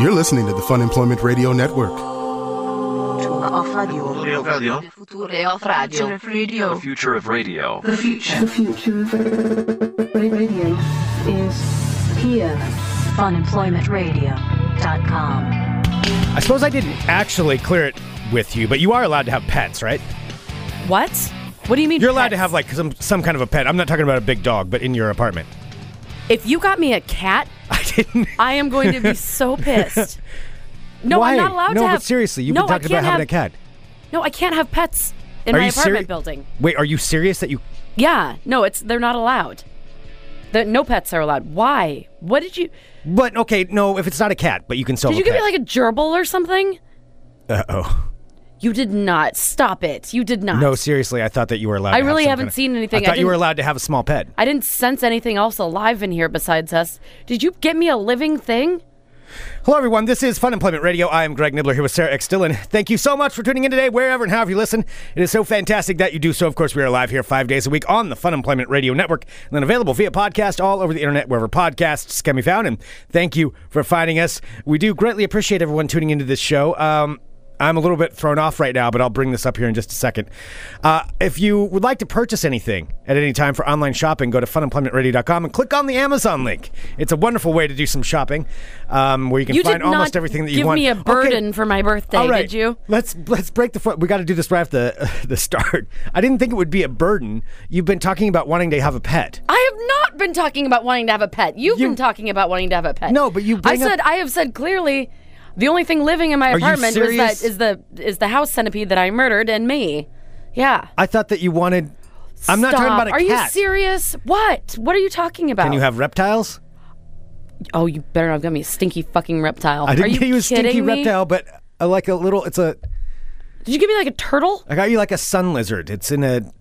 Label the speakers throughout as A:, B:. A: You're listening to the Fun Employment Radio Network.
B: Off radio.
C: The
B: Future off radio. radio.
C: future of radio.
D: The future of radio is here.
E: FunemploymentRadio.com.
F: I suppose I didn't actually clear it with you, but you are allowed to have pets, right?
G: What? What do you mean?
F: You're allowed to
G: pets?
F: have like some some kind of a pet. I'm not talking about a big dog, but in your apartment.
G: If you got me a cat,
F: I didn't.
G: I am going to be so pissed. No,
F: Why?
G: I'm not allowed
F: no,
G: to have.
F: but seriously, you've
G: no,
F: been talking
G: I
F: about
G: can't
F: having a
G: have,
F: cat.
G: No, I can't have pets in
F: Are
G: my
F: you
G: apartment
F: serious?
G: building.
F: Wait, are you serious that you?
G: Yeah, no, it's they're not allowed. The, no pets are allowed. Why? What did you?
F: But okay, no. If it's not a cat, but you can still.
G: Did you give me like a gerbil or something?
F: Uh oh.
G: You did not. Stop it. You did not.
F: No, seriously, I thought that you were allowed.
G: I
F: to have
G: really
F: some
G: haven't
F: kind of-
G: seen anything.
F: I
G: I
F: thought you were
G: didn't-
F: allowed to have a small pet.
G: I didn't sense anything else alive in here besides us. Did you get me a living thing?
F: Hello, everyone. This is Fun Employment Radio. I am Greg Nibbler here with Sarah X. Dillon. Thank you so much for tuning in today, wherever and however you listen. It is so fantastic that you do so. Of course, we are live here five days a week on the Fun Employment Radio Network and then available via podcast all over the internet, wherever podcasts can be found. And thank you for finding us. We do greatly appreciate everyone tuning into this show. Um, I'm a little bit thrown off right now, but I'll bring this up here in just a second. Uh, if you would like to purchase anything at any time for online shopping, go to funemploymentradio.com and click on the Amazon link. It's a wonderful way to do some shopping um, where you can
G: you
F: find
G: did
F: almost
G: not
F: everything that you
G: give
F: want.
G: me a
F: Okay,
G: burden for my birthday,
F: all right.
G: did you?
F: Let's let's break the foot. We got to do this right off the the start. I didn't think it would be a burden. You've been talking about wanting to have a pet.
G: I have not been talking about wanting to have a pet. You've
F: You-
G: been talking about wanting to have a pet.
F: No, but you
G: I
F: bring up-
G: said I have said clearly the only thing living in my
F: Are you
G: apartment is
F: serious?
G: that is the is the house centipede that I murdered and me. Yeah.
F: I thought that you wanted. I'm not talking
G: Stop.
F: about a
G: Are you
F: cat.
G: serious? What? What are you talking about?
F: Can you have reptiles?
G: Oh, you better not give me a stinky fucking reptile.
F: I
G: are
F: didn't
G: you
F: get you a
G: kidding
F: stinky
G: me?
F: reptile, but uh, like a little. It's a.
G: Did you give me like a turtle?
F: I got you like a sun lizard. It's in a.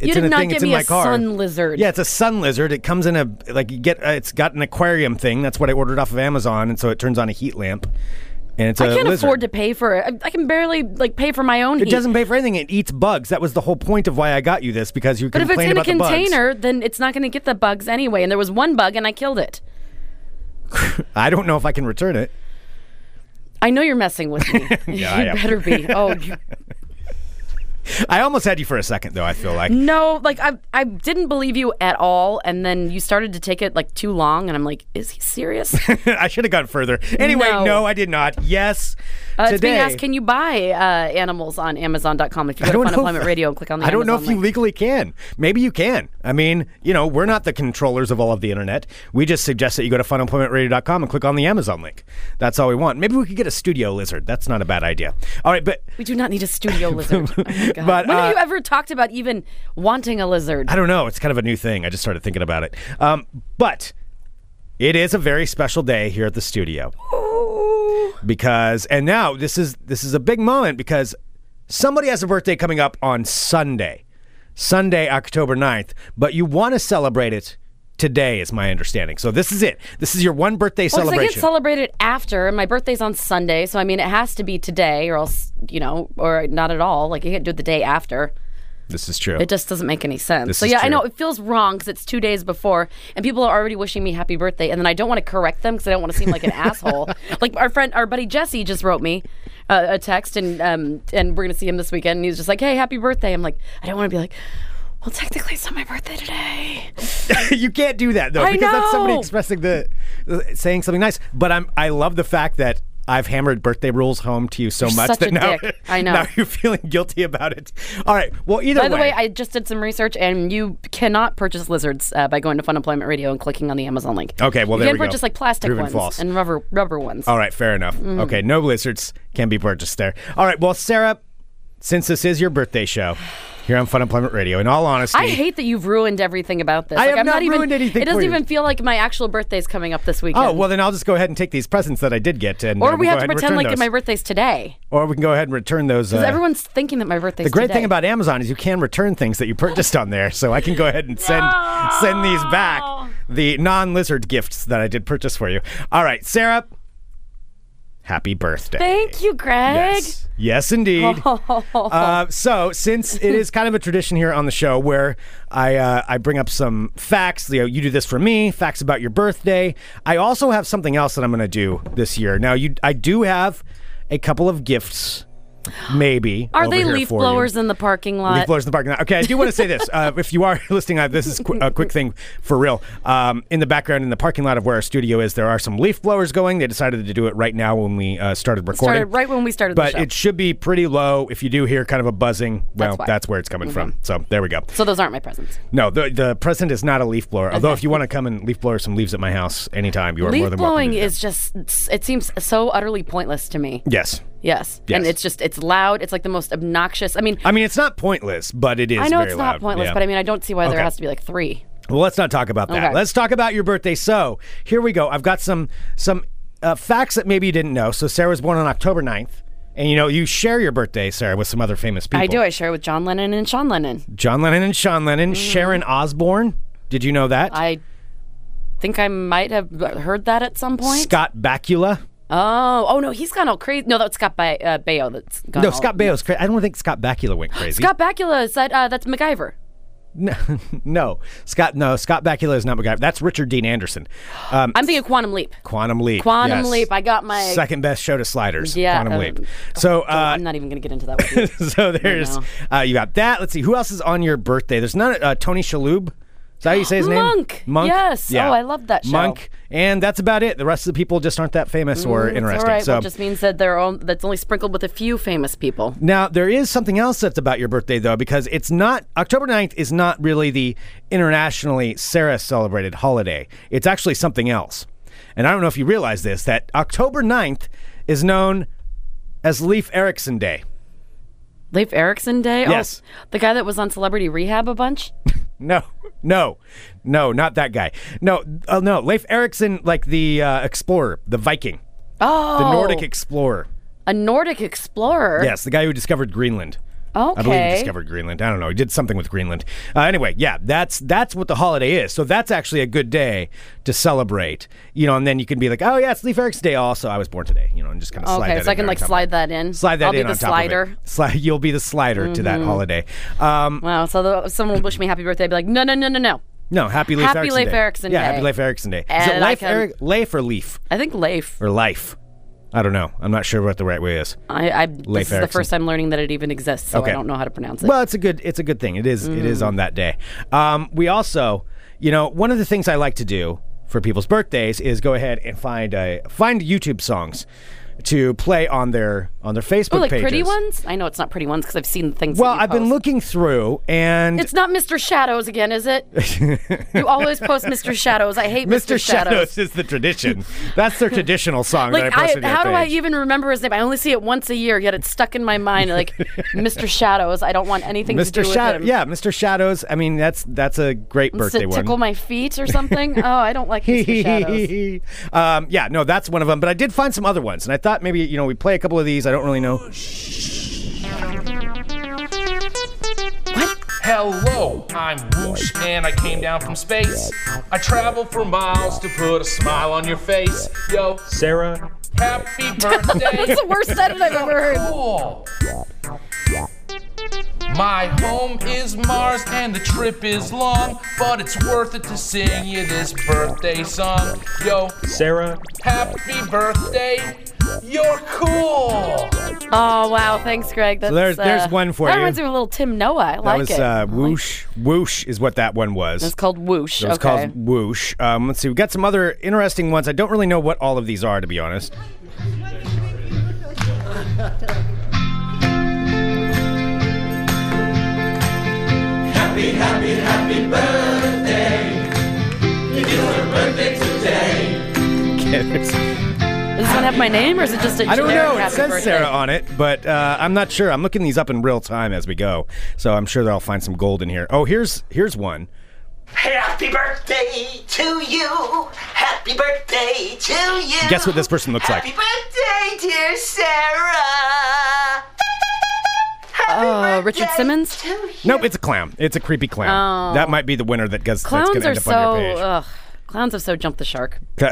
F: It's
G: you
F: in
G: did
F: a
G: not
F: thing.
G: give
F: it's
G: me
F: in my
G: a
F: car.
G: sun lizard.
F: Yeah, it's a sun lizard. It comes in a like you get. Uh, it's got an aquarium thing. That's what I ordered off of Amazon, and so it turns on a heat lamp. And it's a
G: I can't
F: lizard.
G: afford to pay for it. I, I can barely like pay for my own.
F: It
G: heat.
F: doesn't pay for anything. It eats bugs. That was the whole point of why I got you this because you
G: But if it's
F: complained
G: in a
F: about the bugs.
G: container, then it's not going to get the bugs anyway. And there was one bug, and I killed it.
F: I don't know if I can return it.
G: I know you're messing with me.
F: Yeah, I
G: you
F: am.
G: better be. Oh you,
F: I almost had you for a second though. I feel like
G: no! Like I, I didn't believe you at all, and then you started to take it like too long, and I'm like, is he serious? Uh,
F: I should have gone further. Anyway, no,
G: No. Uh,
F: I did not. Yes,
G: It's being
F: today.
G: asked, can you buy uh, animals on Amazon.com? If you
F: I
G: go to
F: don't
G: Fun
F: know.
G: Employment
F: if-
G: Radio and click on the
F: I don't know if
G: Amazon
F: you
G: link.
F: legally can. Maybe you can. I mean, you know, we're not the controllers of all of the internet. We just suggest that you go to funemploymentradio.com and click on the Amazon link. That's all we want. Maybe we could get a studio lizard. That's not a bad idea. All right, but
G: we do not need a studio lizard. Oh my God.
F: But,
G: when
F: uh,
G: have you ever talked about even wanting a lizard?
F: I don't know. It's kind of a new thing. I just started thinking about it. Um, but it is a very special day here at the studio
G: Oh.
F: because, and now this is this is a big moment because somebody has a birthday coming up on Sunday, Sunday, October 9th. But you want to celebrate it today, is my understanding. So this is it. This is your one birthday
G: Well, 'cause I get
F: celebration.
G: celebrated after, and my birthday's on Sunday, so I mean, it has to be today, or else, you know, or not at all. Like, you can't do it the day after.
F: this is true.
G: It just doesn't make any sense.
F: This
G: so,
F: is
G: yeah, I
F: true.
G: know it feels wrong because it's two days before, and people are already wishing me happy birthday, and then I don't want to correct them because I don't want to seem like an asshole. Like, our friend, our buddy Jesse just wrote me uh, a text, and, um, and we're going to see him this weekend, and he's just like, hey, happy birthday. I'm like, I don't want to be like, well, technically, it's not my birthday today.
F: you can't do that though
G: I
F: because that's somebody
G: know.
F: expressing the saying something nice. But I'm I love the fact that I've hammered birthday rules home to you so
G: You're
F: much
G: such
F: that
G: a
F: now
G: dick. I know.
F: now you're feeling guilty about it. All right. Well, either
G: By the way, I just did some research, and you cannot purchase lizards uh, by going to Fun Employment Radio and clicking on the Amazon link.
F: Okay, well,
G: you
F: there
G: can
F: we go.
G: purchase like plastic
F: Proven
G: ones
F: false.
G: and rubber rubber ones.
F: All right, fair enough.
G: Mm.
F: Okay, no blizzards can be purchased there. All right, well, Sarah, since this is your birthday show here on Fun Employment Radio, in all honesty,
G: I hate that you've ruined everything about this.
F: I
G: like,
F: have
G: I'm
F: not
G: not even,
F: ruined anything
G: It doesn't
F: for you.
G: even feel like my actual birthday's coming up this weekend.
F: Oh well, then I'll just go ahead and take these presents that I did get, and
G: or
F: uh,
G: we
F: we'll
G: have
F: go
G: to
F: ahead and
G: pretend
F: return
G: like that
F: those.
G: my birthday's today.
F: or we can go ahead and return those. Uh,
G: Because everyone's thinking that my birthday's
F: The great
G: today.
F: thing about Amazon is you can return things that you purchased on there, so I can go ahead and send send these back. The non lizard gifts that I did purchase for you. All right, Sarah. Happy birthday.
G: Thank you, Greg.
F: Yes, yes indeed.
G: Oh.
F: Uh, so, since it is kind of a tradition here on the show where I uh, I bring up some facts, Leo, you do this for me, facts about your birthday. I also have something else that I'm going to do this year. Now, you, I do have a couple of gifts, maybe.
G: Are
F: over
G: they
F: here
G: leaf
F: for you.
G: blowers in the parking lot?
F: Leaf blowers in the parking lot. Okay, I do want to say this. Uh, if you are listening, uh, this is qu- a quick thing for real. Um, in the background, in the parking lot of where our studio is, there are some leaf blowers going. They decided to do it right now when we uh, started recording.
G: Started right when we started the
F: but
G: show.
F: it should be pretty low. If you do hear kind of a buzzing, well,
G: That's why. Mm-hmm.
F: that's, where it's coming from. So there we go.
G: so those aren't my presents.
F: No, the the present is not a leaf blower. Although,
G: Okay.
F: if you want to come and leaf blower some leaves at my house anytime, you are more
G: Leaf
F: than welcome. to
G: blowing
F: do that.
G: is just, it seems so utterly pointless to me.
F: yes.
G: Yes. And
F: Yes.
G: it's just, it's loud. It's like the most obnoxious. I mean,
F: I mean, it's not pointless, but it is.
G: I know
F: very
G: it's not
F: loud.
G: pointless,
F: Yeah.
G: but I mean, I don't see why there
F: Okay.
G: has to be like three.
F: Well, let's not talk about that.
G: Okay.
F: Let's talk about your birthday. So here we go. I've got some some uh, facts that maybe you didn't know. So Sarah was born on October 9th. And you know, you share your birthday, Sarah, with some other famous people.
G: I do. I share with John Lennon and Sean Lennon.
F: John Lennon and Sean Lennon,
G: Mm.
F: Sharon Osbourne. Did you know that?
G: I think I might have heard that at some point.
F: Scott Bakula.
G: Oh, oh no, he's gone all crazy. No, that's Scott ba- uh, Baio. That's gone
F: No,
G: all-
F: Scott Baio's crazy. I don't think Scott Bakula went crazy.
G: Scott Bakula said uh, that's MacGyver.
F: No, no, Scott. No, Scott Bakula is not MacGyver. That's Richard Dean Anderson. Um,
G: I'm thinking Quantum Leap.
F: Quantum Leap.
G: Quantum
F: yes.
G: Leap. I got my.
F: second best show to Sliders.
G: Yeah,
F: Quantum
G: um,
F: Leap. So
G: Oh,
F: uh,
G: I'm not even going to get into that. With you.
F: so there's uh, you got that. Let's see who else is on your birthday. There's none. Uh, Tony Shalhoub. Is that how you say his name?
G: Monk.
F: Monk.
G: Yes.
F: Yeah.
G: Oh, I love that show.
F: Monk. And that's about it. The rest of the people just aren't that famous or
G: Mm, It's
F: interesting.
G: all right.
F: So
G: Well, it just means that they're all, that's only sprinkled with a few famous people.
F: now there is something else that's about your birthday though, because it's not October 9th is not really the internationally Sarah celebrated holiday. It's actually something else. And I don't know if you realize this that October 9th is known as Leif Erikson Day.
G: Leif Erikson Day.
F: Yes.
G: Oh, the guy that was on Celebrity Rehab a bunch.
F: No, no, no, not that guy. No, oh no, Leif Erikson, like the uh, explorer, the Viking,
G: Oh,
F: the Nordic explorer.
G: a Nordic explorer.
F: Yes, the guy who discovered Greenland.
G: Okay.
F: I believe he discovered Greenland. I don't know. He did something with Greenland. Uh, anyway, yeah, that's that's what the holiday is. So that's actually a good day to celebrate. You know, and then you can be like, oh yeah, it's Leif Erikson Day. Also, I was born today. You know, and just kind of slide
G: Okay,
F: that
G: so I
F: in
G: can
F: there
G: like
F: on top of
G: slide
F: it.
G: that in.
F: Slide that
G: I'll
F: in
G: be the
F: on top of it.
G: slider. Mm-hmm.
F: Sli- you'll be the slider to that holiday. Um,
G: Wow. So the, someone would wish me happy birthday. I'd be like, no, no, no, no, no.
F: no, happy Leif
G: Happy
F: Erikson
G: Leif
F: Day.
G: Erikson
F: yeah,
G: Day.
F: happy Leif Erikson Day. Is
G: And
F: it
G: I
F: Leif,
G: can-
F: Eri- Leif or Leaf?
G: I think Leif.
F: or life. I don't know. I'm not sure what the right way is.
G: I, I
F: Leif
G: this is
F: Erikson.
G: the first time learning that it even exists, so
F: Okay.
G: I don't know how to pronounce it.
F: Well, it's a good it's a good thing. It is- it
G: Mm.
F: is on that day. Um, we also, you know, one of the things I like to do for people's birthdays is go ahead and find a find YouTube songs to play on their on their Facebook
G: oh, like
F: pages.
G: pretty ones? I know it's not pretty ones because I've seen things. that
F: Well,
G: you
F: I've been
G: post.
F: looking through and
G: It's not Mr. Shadows again, is it? you always post Mr. Shadows. I hate Mr.
F: Mr. Shadows is the tradition. That's their traditional song
G: Like
F: that I posted.
G: I,
F: on
G: how do
F: their
G: I
F: page.
G: even remember his name? I only see it once a year, yet it's stuck in my mind. Like Mr. Shadows, I don't want anything to do
F: Mr.
G: with
F: Shadows,
G: him.
F: yeah, Mr. Shadows. I mean, that's that's a great
G: Does it
F: birthday one.
G: tickle my feet or something. oh, I don't like Mr. Shadows.
F: um, yeah, no, that's one of them. But I did find some other ones, and I thought maybe you know we play a couple of these. I don't really know.
C: Hello, I'm Whoosh, and I came down from space. I travel for miles to put a smile on your face. Yo,
E: Sarah,
C: happy birthday!
G: That's the worst edit I've ever heard.
C: cool. My home is Mars and the trip is long, but it's worth it to sing you this birthday song. Yo,
E: Sarah,
C: happy birthday! You're cool!
G: Oh wow, thanks, Greg. That's,
F: there's- there's
G: uh,
F: one for
G: that
F: you.
G: reminds me of a little Tim Noah. I
F: That
G: like
F: was
G: it.
F: uh, whoosh, whoosh is what that one was.
G: It's called Whoosh.
F: It was
G: okay.
F: called whoosh. Um, let's see, we got some other interesting ones. I don't really know what all of these are, to be honest. Happy, happy, happy birthday! It's your birthday today.
G: Does it have my name or is it just a
F: I don't
G: generic
F: know. It
G: happy
F: says
G: birthday?
F: Sarah on it, but uh, I'm not sure. I'm looking these up in real time as we go, so I'm sure that I'll find some gold in here. Oh, here's here's one.
H: Happy birthday to you. Happy birthday to you.
F: Guess what this person looks like.
H: Happy birthday, dear Sarah. Happy
G: Uh, Richard
H: birthday
G: Simmons?
H: To you.
F: Nope, it's a clown. It's a creepy clown. That might be the winner that gets that's
G: Oh. Clowns
F: gonna
G: are
F: end up on your
G: so
F: page.
G: ugh. Clowns have so jumped the shark.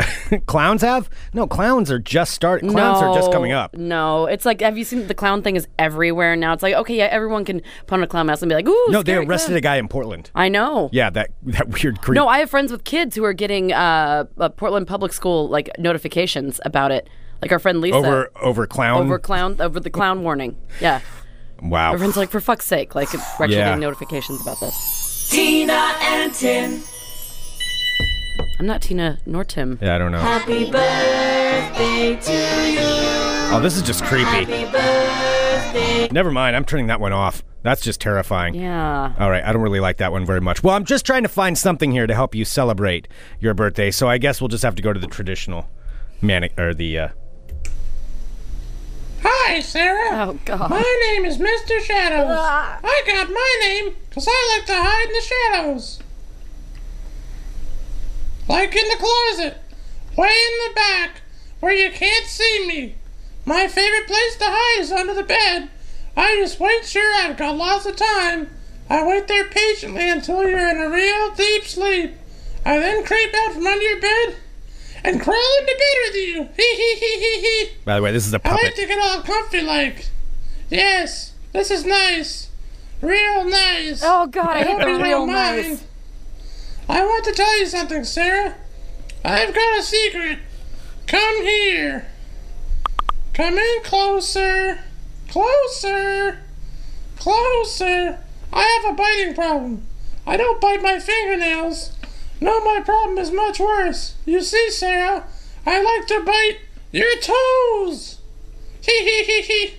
F: clowns have? No, clowns are just start. Clowns are just coming up.
G: No, it's like have you seen the clown thing is everywhere now. It's like okay, yeah, everyone can put on a clown mask and be like, ooh.
F: No, they
G: scary
F: arrested
G: clown.
F: a guy in Portland.
G: I know.
F: Yeah, that that weird creep.
G: No, I have friends with kids who are getting uh, uh Portland Public School like notifications about it. Like our friend Lisa
F: over over clown.
G: over clown over the clown warning. Yeah.
F: wow.
G: Everyone's like, for fuck's sake, like we're actually
F: Yeah.
G: getting notifications about this. Tina and Tim. I'm not Tina nor Tim.
F: Yeah, I don't know. Happy birthday to you. Oh, this is just creepy. Never mind. I'm turning that one off. That's just terrifying.
G: Yeah.
F: All right, I don't really like that one very much. Well, I'm just trying to find something here to help you celebrate your birthday, so I guess we'll just have to go to the traditional manic or the. Uh,
E: Hi, Sarah.
G: Oh God.
E: My name is Mr. Shadows. I got my name 'cause I like to hide in the shadows. Like in the closet, way in the back, where you can't see me. My favorite place to hide is under the bed. I just wait sure I've got lots of time. I wait there patiently until you're in a real deep sleep. I then creep out from under your bed and crawl into bed with you. Hee hee hee hee hee.
F: by the way, this is a
E: I like
F: puppet.
E: to get all comfy like. Yes, this is nice. Real nice.
G: Oh God, I hate
E: hope you
G: being
E: don't
G: real
E: mind.
G: nice.
E: I want to tell you something, Sarah. I've got a secret. Come here. Come in closer. Closer. Closer. I have a biting problem. I don't bite my fingernails. No, my problem is much worse. You see, Sarah, I like to bite your toes. Hee hee hee hee.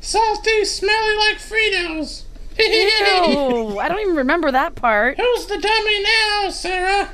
E: Salty, smelly like Fritos. Hee hee hee hee.
G: Oh, I don't even remember that part.
E: Who's the dummy now, Sarah?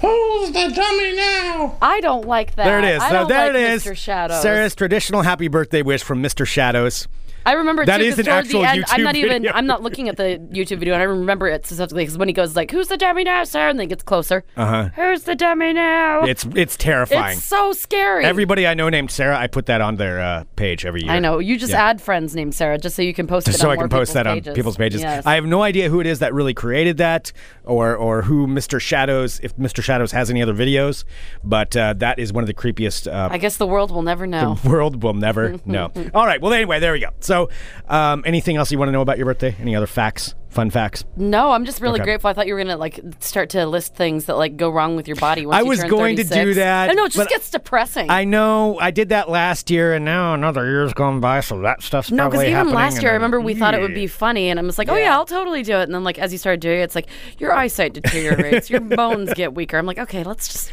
E: Who's the dummy now?
G: I don't like that.
F: there it is.
G: I
F: Now,
G: don't
F: there
G: like
F: it is.
G: Mr. Shadows.
F: Sarah's traditional happy birthday wish from Mr. Shadows.
G: I remember
F: That
G: too,
F: is
G: 'cause
F: an
G: towards
F: actual
G: the end,
F: YouTube
G: I'm not even.
F: video.
G: I'm not looking at the YouTube video, and I remember it specifically because when he goes like, "Who's the dummy now, sir?" and then he gets closer.
F: Uh-huh.
G: Uh huh. Who's the dummy now?
F: It's it's terrifying.
G: It's so scary.
F: Everybody I know named Sarah, I put that on their uh, page every year.
G: I know. You just
F: Yeah.
G: add friends named Sarah just so you can post
F: Just
G: it.
F: so
G: on
F: I can
G: more
F: post that
G: people's
F: on people's pages.
G: Yes.
F: I have no idea who it is that really created that, or or who Mr. Shadows, if Mr. Shadows has any other videos, but uh, that is one of the creepiest uh,
G: I guess the world will never know.
F: world will never know. All right. Well, anyway, there we go. So, um, anything else you want to know about your birthday? Any other facts? Fun facts?
G: No, I'm just really
F: Okay.
G: grateful. I thought you were gonna like start to list things that like go wrong with your body. Once
F: I
G: you
F: was
G: turn
F: going to do
G: 36.
F: that,
G: I know it just
F: but
G: gets depressing.
F: I know I did that last year, and now another year's gone by, so that stuff's
G: no,
F: probably
G: because even
F: happening,
G: last
F: and
G: year, I
F: then-
G: remember we thought it would be funny, and I'm just like, oh yeah, I'll totally do it. And then like as you started doing it, it's like your eyesight deteriorates, your bones get weaker. I'm like, okay, let's just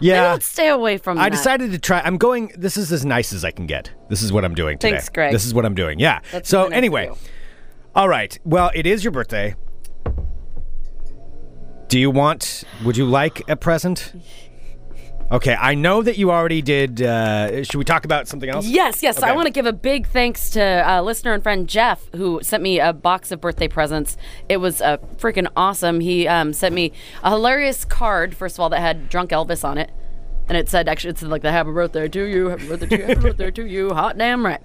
G: maybe
F: Yeah.
G: let's stay away from.
F: I
G: that.
F: decided to try. I'm going. This is as nice as I can get. This is what I'm doing today.
G: Thanks, Greg.
F: This is what I'm doing. Yeah.
G: That's
F: so
G: really nice of
F: anyway,
G: you.
F: all right. Well, it is your birthday. Do you want? Would you like a present? Okay, I know that you already did. Uh, should we talk about something else?
G: Yes, yes.
F: Okay.
G: I want to give a big thanks to uh, listener and friend Jeff, who sent me a box of birthday presents. It was uh, freaking awesome. He um, sent me a hilarious card, first of all, that had Drunk Elvis on it. And it said, actually, it said like the happy birthday to you, happy birthday to you, happy birthday to you, hot damn right.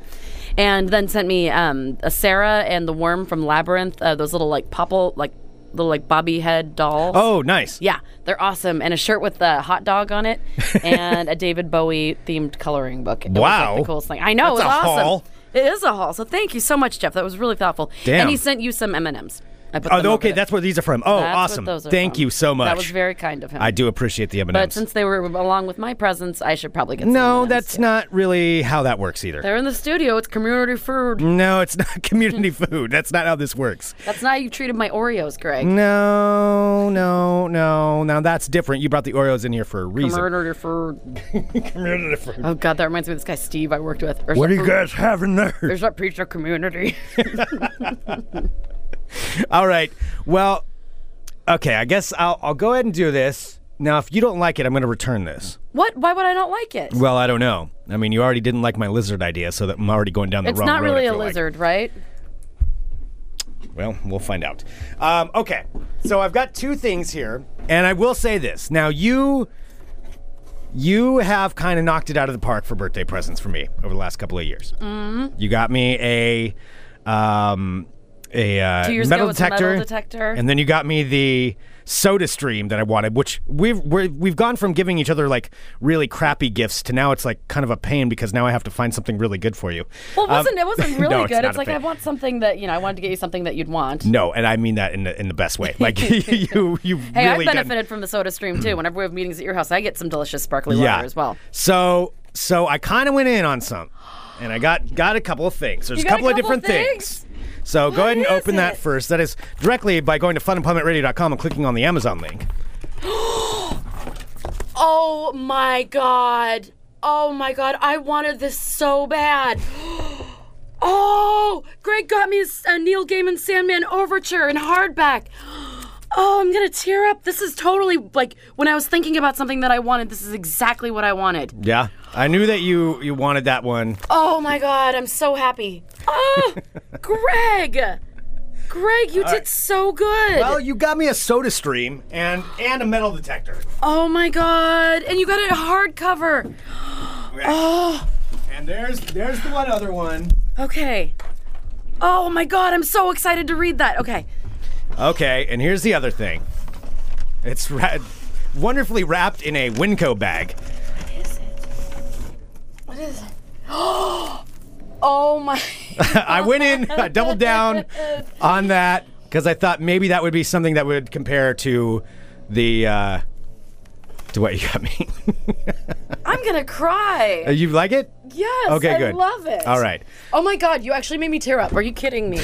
G: And then sent me um, a Sarah and the worm from Labyrinth, uh, those little like popple, like little like bobby head dolls.
F: Oh, nice.
G: Yeah, they're awesome. And a shirt with a hot dog on it and a David Bowie themed coloring book. It was, like,
F: Wow.
G: the coolest thing. I know,
F: That's
G: it's
F: a
G: awesome.
F: haul.
G: It is a haul. So thank you so much, Jeff. That was really thoughtful.
F: Damn.
G: And he sent you some M&Ms. I put
F: Oh,
G: them over
F: okay.
G: there.
F: That's where these are from. Oh,
G: That's what
F: awesome.
G: those are
F: Thank
G: from.
F: you so much.
G: That was very kind of him.
F: I do appreciate the M&Ms.
G: But since they were along with my presents, I should probably get some
F: no,
G: M&Ms,
F: that's
G: too.
F: not really how that works either.
G: They're in the studio. It's community food.
F: No, it's not community food. That's not how this works.
G: That's not how you treated my Oreos, Greg.
F: Mm. No, no, no. Now that's different. You brought the Oreos in here for a reason.
G: Community food.
F: Community food.
G: Oh, God, that reminds me of this guy, Steve, I worked with. There's
F: What
G: a
F: are you
G: pre-
F: guys having there?
G: There's that preacher community.
F: All right. Well, okay. I guess I'll, I'll go ahead and do this. Now, if you don't like it, I'm going to return this.
G: what? Why would I not like it?
F: Well, I don't know. I mean, you already didn't like my lizard idea, so that I'm already going down the
G: It's
F: wrong
G: not
F: road, I
G: really a
F: feel like.
G: lizard, right?
F: Well, we'll find out. Um, okay, so I've got two things here, and I will say this. Now, you you have kind of knocked it out of the park for birthday presents for me over the last couple of years.
G: Mm-hmm.
F: You got me a um, a uh,
G: Two years
F: metal
G: ago was the
F: detector,
G: metal detector.
F: and then you got me the soda stream that I wanted, which we've we're, we've gone from giving each other like really crappy gifts to now it's like kind of a pain because now I have to find something really good for you.
G: Well, it
F: Um,
G: wasn't it wasn't really
F: no, it's
G: good.
F: not
G: It's
F: a
G: like I
F: pain.
G: want something that you know I wanted to get you something that you'd want.
F: No, and I mean that in the, in the best way. Like you you
G: Hey, I've
F: really done-
G: benefited from the Soda Stream too. Whenever we have meetings at your house, I get some delicious sparkly water as well.
F: So so I kind of went in on some, and I got got a couple of things. There's
G: You
F: a
G: got a
F: couple, of
G: couple
F: different things. So go ahead and
G: is
F: open that
G: it?
F: first. That is directly by going to funemploymentradio.com and clicking on the Amazon link.
G: Oh my god. Oh my god. I wanted this so bad. Oh, Greg got me a s- a Neil Gaiman Sandman Overture in hardback. Oh, I'm gonna tear up. This is totally like when I was thinking about something that I wanted, this is exactly what I wanted.
F: Yeah, I knew that you you wanted that one.
G: Oh my god, I'm so happy. Oh, Greg! Greg, you did so good.
F: Well, you got me a Soda Stream and and a metal detector.
G: oh my god. And you got it hardcover. Oh,
F: And there's there's the one other one.
G: Okay. Oh my god, I'm so excited to read that. Okay.
F: Okay, and here's the other thing. It's ra- wonderfully wrapped in a Winco bag.
G: What is it? Oh my.
F: I went in, I doubled down on that because I thought maybe that would be something that would compare to the uh, to what you got me.
G: I'm gonna cry.
F: you like it?
G: Yes.
F: Okay,
G: I
F: good.
G: love it.
F: All right.
G: Oh my god, you actually made me tear up. Are you kidding me?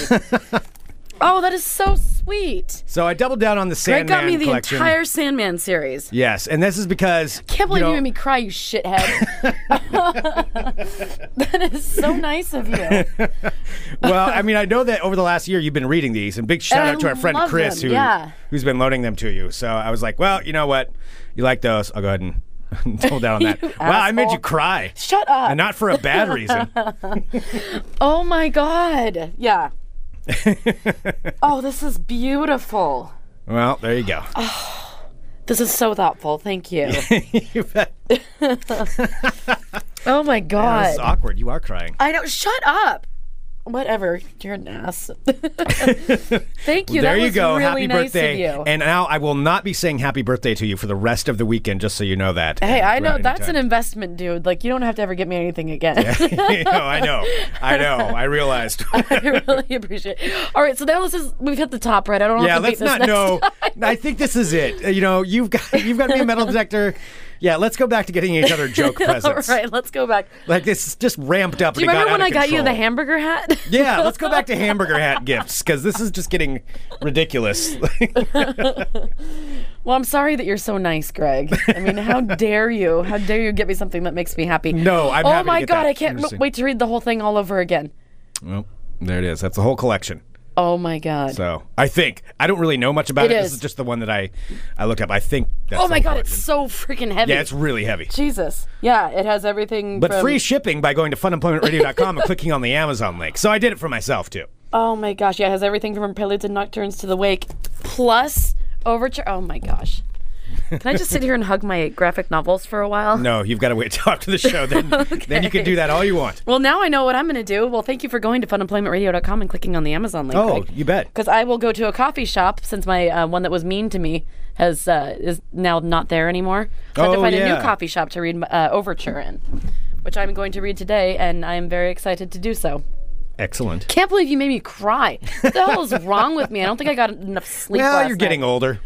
G: oh, that is so sweet.
F: So I doubled down on the
G: Greg
F: Sandman
G: got me the
F: collection.
G: entire Sandman series.
F: yes, and this is because
G: Can't believe you,
F: know,
G: made me cry, you shithead. that is so nice of you.
F: well, I mean, I know that over the last year you've been reading these, and big shout
G: And I
F: out to our friend
G: love
F: Chris
G: them,
F: who
G: yeah.
F: who's been loaning them to you. So I was like, well, you know what, you like those? I'll go ahead and double down on that.
G: You
F: wow, I made you
G: asshole.
F: cry,
G: Shut up.
F: and not for a bad reason.
G: Oh my god. Yeah. oh, this is beautiful.
F: well, there you go.
G: This is so thoughtful. Thank you.
F: you bet.
G: oh my
F: This
G: god.
F: is awkward. You are crying.
G: I know. Shut up. Whatever. You're an ass. Thank you.
F: there
G: that
F: you
G: was
F: go.
G: Really
F: happy
G: nice
F: birthday.
G: Of you.
F: And now I will not be saying happy birthday to you for the rest of the weekend, just so you know that.
G: hey,
F: And
G: I know
F: throughout
G: that's an
F: any
G: investment, dude. Like you don't have to ever get me anything again.
F: time. You know, I know. I know. I realized.
G: I really appreciate. it. All right, so now this is we've hit the top right. I don't know.
F: yeah,
G: if
F: let's not
G: next
F: know.
G: time.
F: I think this is it. Uh, You know, you've got you've got me a metal detector. Yeah, let's go back to getting each other joke
G: All
F: presents.
G: right, let's go back.
F: Like this is just ramped up.
G: Do you
F: and it
G: remember
F: got
G: when
F: out
G: I
F: of
G: got you the
F: control.
G: hamburger hat?
F: Yeah, let's go back to hamburger hat gifts because this is just getting ridiculous.
G: Well, I'm sorry that you're so nice, Greg. I mean, how dare you? How dare you get me something that makes me happy?
F: No, I'm
G: Oh
F: happy to
G: my
F: get
G: god,
F: that.
G: I can't
F: Interesting.
G: wait to read the whole thing all over again.
F: well, there it is. That's the whole collection.
G: Oh my god.
F: So I think I don't really know much about it.
G: It
F: This
G: is.
F: is just the one that I I looked up. I think. That's
G: oh my
F: the
G: god, it's
F: collection.
G: so freaking heavy.
F: yeah, it's really heavy.
G: Jesus. Yeah, it has everything.
F: But
G: from-
F: free shipping by going to funemploymentradio.com and clicking on the Amazon link. So I did it for myself too.
G: Oh my gosh, yeah, it has everything from Preludes and Nocturnes to The Wake, plus Overture. Oh my gosh. Can I just sit here and hug my graphic novels for a while?
F: No, you've got to wait till after the show. Then then you can do that all you want.
G: Well, now I know what I'm going to do. Well, thank you for going to funemploymentradio.com and clicking on the Amazon link.
F: Oh, you bet.
G: Because I will go to a coffee shop since my uh, one that was mean to me has uh, is now not there anymore. So I have
F: Oh,
G: to find a
F: yeah.
G: new coffee shop to read uh, Overture in, which I'm going to read today, and I am very excited to do so.
F: Excellent.
G: Can't believe you made me cry. What the hell is wrong with me? I don't think I got enough sleep.
F: Well,
G: last
F: you're getting
G: night.
F: older.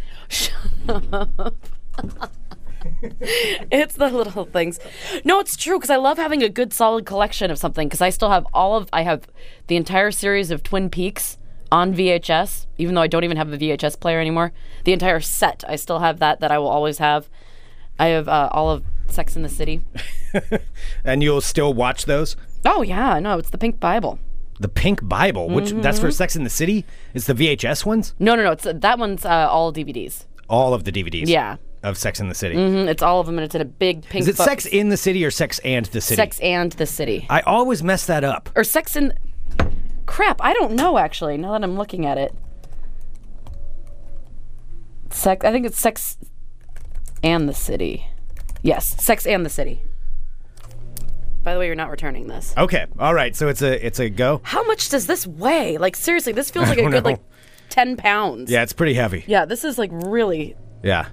G: It's the little things. No, it's true because I love having a good solid collection of something because I still have all of I have the entire series of Twin Peaks on VHS, even though I don't even have a VHS player anymore. The entire set, I still have that that I will always have. I have uh, all of Sex in the City.
F: And you'll still watch those?
G: Oh yeah, no, it's the Pink Bible.
F: The Pink Bible, which
G: Mm-hmm.
F: that's for Sex in the City? It's the VHS ones?
G: No, no, no, it's that one's uh, all DVDs.
F: All of the DVDs.
G: Yeah.
F: Of Sex in the City.
G: Mm, It's all of them, and it's in a big pink.
F: Is it
G: book.
F: Sex in the City or Sex and the City?
G: Sex and the City,
F: I always mess that up.
G: or Sex in? Crap, I don't know actually. Now that I'm looking at it, sex. I think it's Sex and the City. Yes, Sex and the City. By the way, you're not returning this.
F: Okay. All right. So it's a it's a go.
G: How much does this weigh? Like seriously, this feels like a
F: don't
G: good
F: know.
G: like ten pounds.
F: Yeah, it's pretty heavy.
G: Yeah, this is like really.
F: Yeah.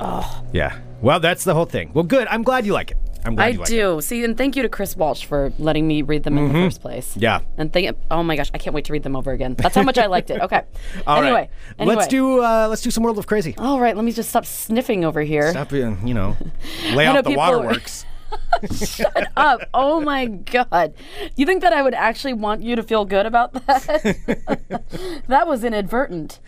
F: Oh. Yeah. Well, that's the whole thing. Well, good. I'm glad you like it. I'm glad
G: I
F: you like it. Mm-hmm.
G: do. See, and thank you to Chris Walsh for letting me read them in the first place.
F: Yeah.
G: And thank. Oh my gosh, I can't wait to read them over again. That's how much I liked it. Okay.
F: All right.
G: anyway, anyway.
F: Let's do uh, let's do some World of Crazy.
G: All right, let me just stop sniffing over here.
F: Stop being, you know, lay
G: I know
F: off the
G: people-
F: waterworks.
G: up. Oh my god. You think that I would actually want you to feel good about that? that was inadvertent.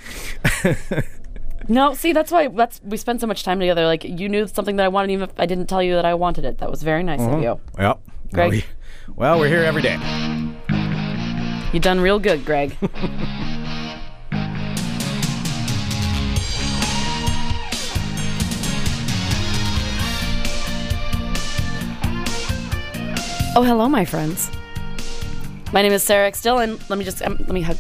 G: no, see, that's why that's we spend so much time together. Like you knew something that I wanted, even if I didn't tell you that I wanted it. That was very nice of you.
F: Well,
G: Greg.
F: we- well, we're here every day.
G: You done real good, Greg. oh, hello, my friends. My name is Sarah X Dillon. Let me just um, let me hug.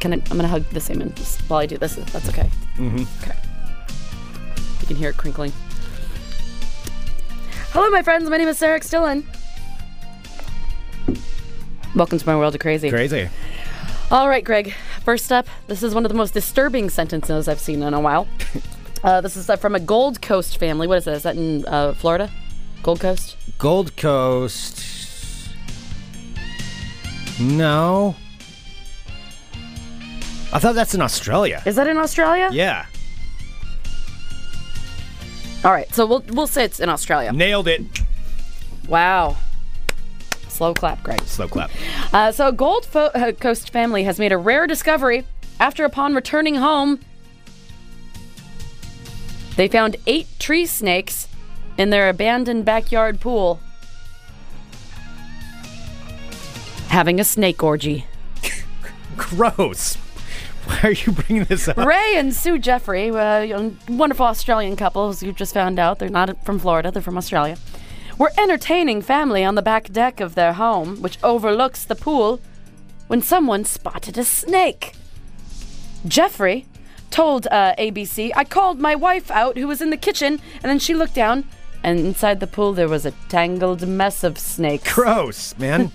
G: Can I, I'm gonna hug this Amen just while I do this. If that's okay. Mm-hmm. Okay. You can hear it crinkling. Hello, my friends. My name is Sarah X Dillon. Welcome to my world of crazy.
F: Crazy.
G: All right, Greg. First up, this is one of the most disturbing sentences I've seen in a while. Uh, this is uh, from a Gold Coast family. What is that? Is that in uh, Florida? Gold Coast?
F: Gold Coast. No. I thought that's in Australia.
G: Is that in Australia?
F: Yeah.
G: All right, so we'll we'll say it's in Australia.
F: Nailed it.
G: Wow. Slow clap, Greg.
F: Slow clap.
G: Uh, so, a Gold Fo- uh, Coast family has made a rare discovery after, upon returning home, they found eight tree snakes in their abandoned backyard pool having a snake orgy.
F: Gross. Why are you bringing this up?
G: Ray and Sue Jeffrey, uh, young- wonderful Australian couples you just found out, they're not from Florida, they're from Australia, were entertaining family on the back deck of their home, which overlooks the pool, when someone spotted a snake. Jeffrey told uh, ABC, I called my wife out who was in the kitchen, and then she looked down, and inside the pool there was a tangled mess of snakes.
F: Gross, man.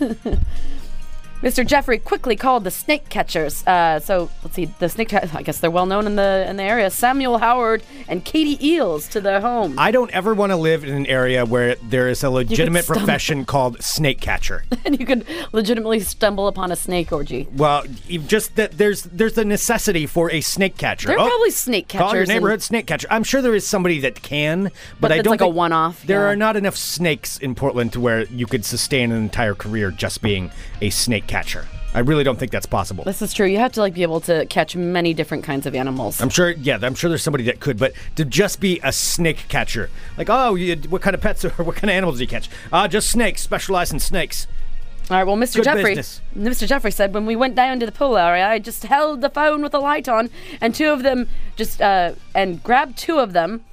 G: Mr. Jeffrey quickly called the snake catchers. Uh, so let's see, the snake. Ca- I guess they're well known in the in the area. Samuel Howard and Katie Eels to their home.
F: I don't ever want to live in an area where there is a legitimate
G: stumble.
F: profession called snake catcher.
G: and you could legitimately stumble upon a snake orgy.
F: Well, you- just that there's there's the necessity for a snake catcher. Oh,
G: There are probably snake
F: Call your
G: catchers in-
F: neighborhood snake catcher. I'm sure there is somebody that can, but,
G: But
F: I
G: it's
F: don't
G: like a
F: think-
G: one-off,
F: There
G: yeah.
F: are not enough snakes in Portland to where you could sustain an entire career just being a snake catcher. I really don't think that's possible.
G: This is true. You have to like be able to catch many different kinds of animals.
F: I'm sure, yeah, I'm sure there's somebody that could, but to just be a snake catcher, like, oh, you, what kind of pets or what kind of animals do you catch? Ah, just snakes, specialize in snakes.
G: All right. Well, Mr.
F: Good
G: Jeffrey,
F: business.
G: Mr. Jeffrey said when we went down to the pool area, I just held the phone with the light on, and two of them just uh, and grabbed two of them,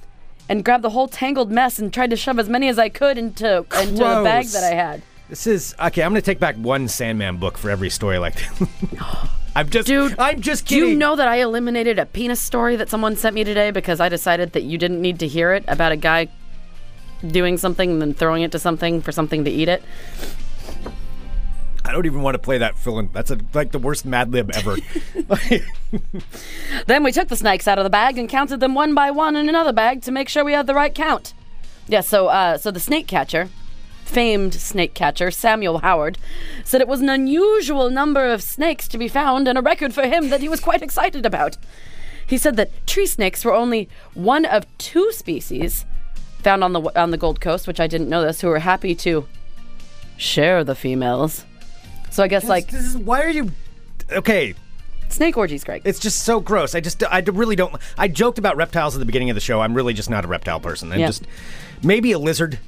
G: and grabbed the whole tangled mess and tried to shove as many as I could into into the bag
F: Gross.
G: that I had.
F: This is okay. I'm gonna take back one Sandman book for every story like that. I'm just,
G: Dude,
F: I'm just
G: Do
F: kidding.
G: you know that I eliminated a penis story that someone sent me today because I decided that you didn't need to hear it about a guy doing something and then throwing it to something for something to eat it?
F: I don't even want to play that fill in. That's a, like the worst Mad Lib ever.
G: Then we took the snakes out of the bag and counted them one by one in another bag to make sure we had the right count. Yeah, so uh, so the snake catcher, famed snake catcher Samuel Howard, said it was an unusual number of snakes to be found and a record for him that he was quite excited about. He said that tree snakes were only one of two species found on the on the Gold Coast, which I didn't know this, who were happy to share the females. So I guess like
F: this is, why are you? Okay,
G: snake orgies, Greg.
F: it's just so gross. I just, I really don't. I joked about reptiles at the beginning of the show. I'm really just not a reptile person. I'm
G: Yeah.
F: just maybe a lizard.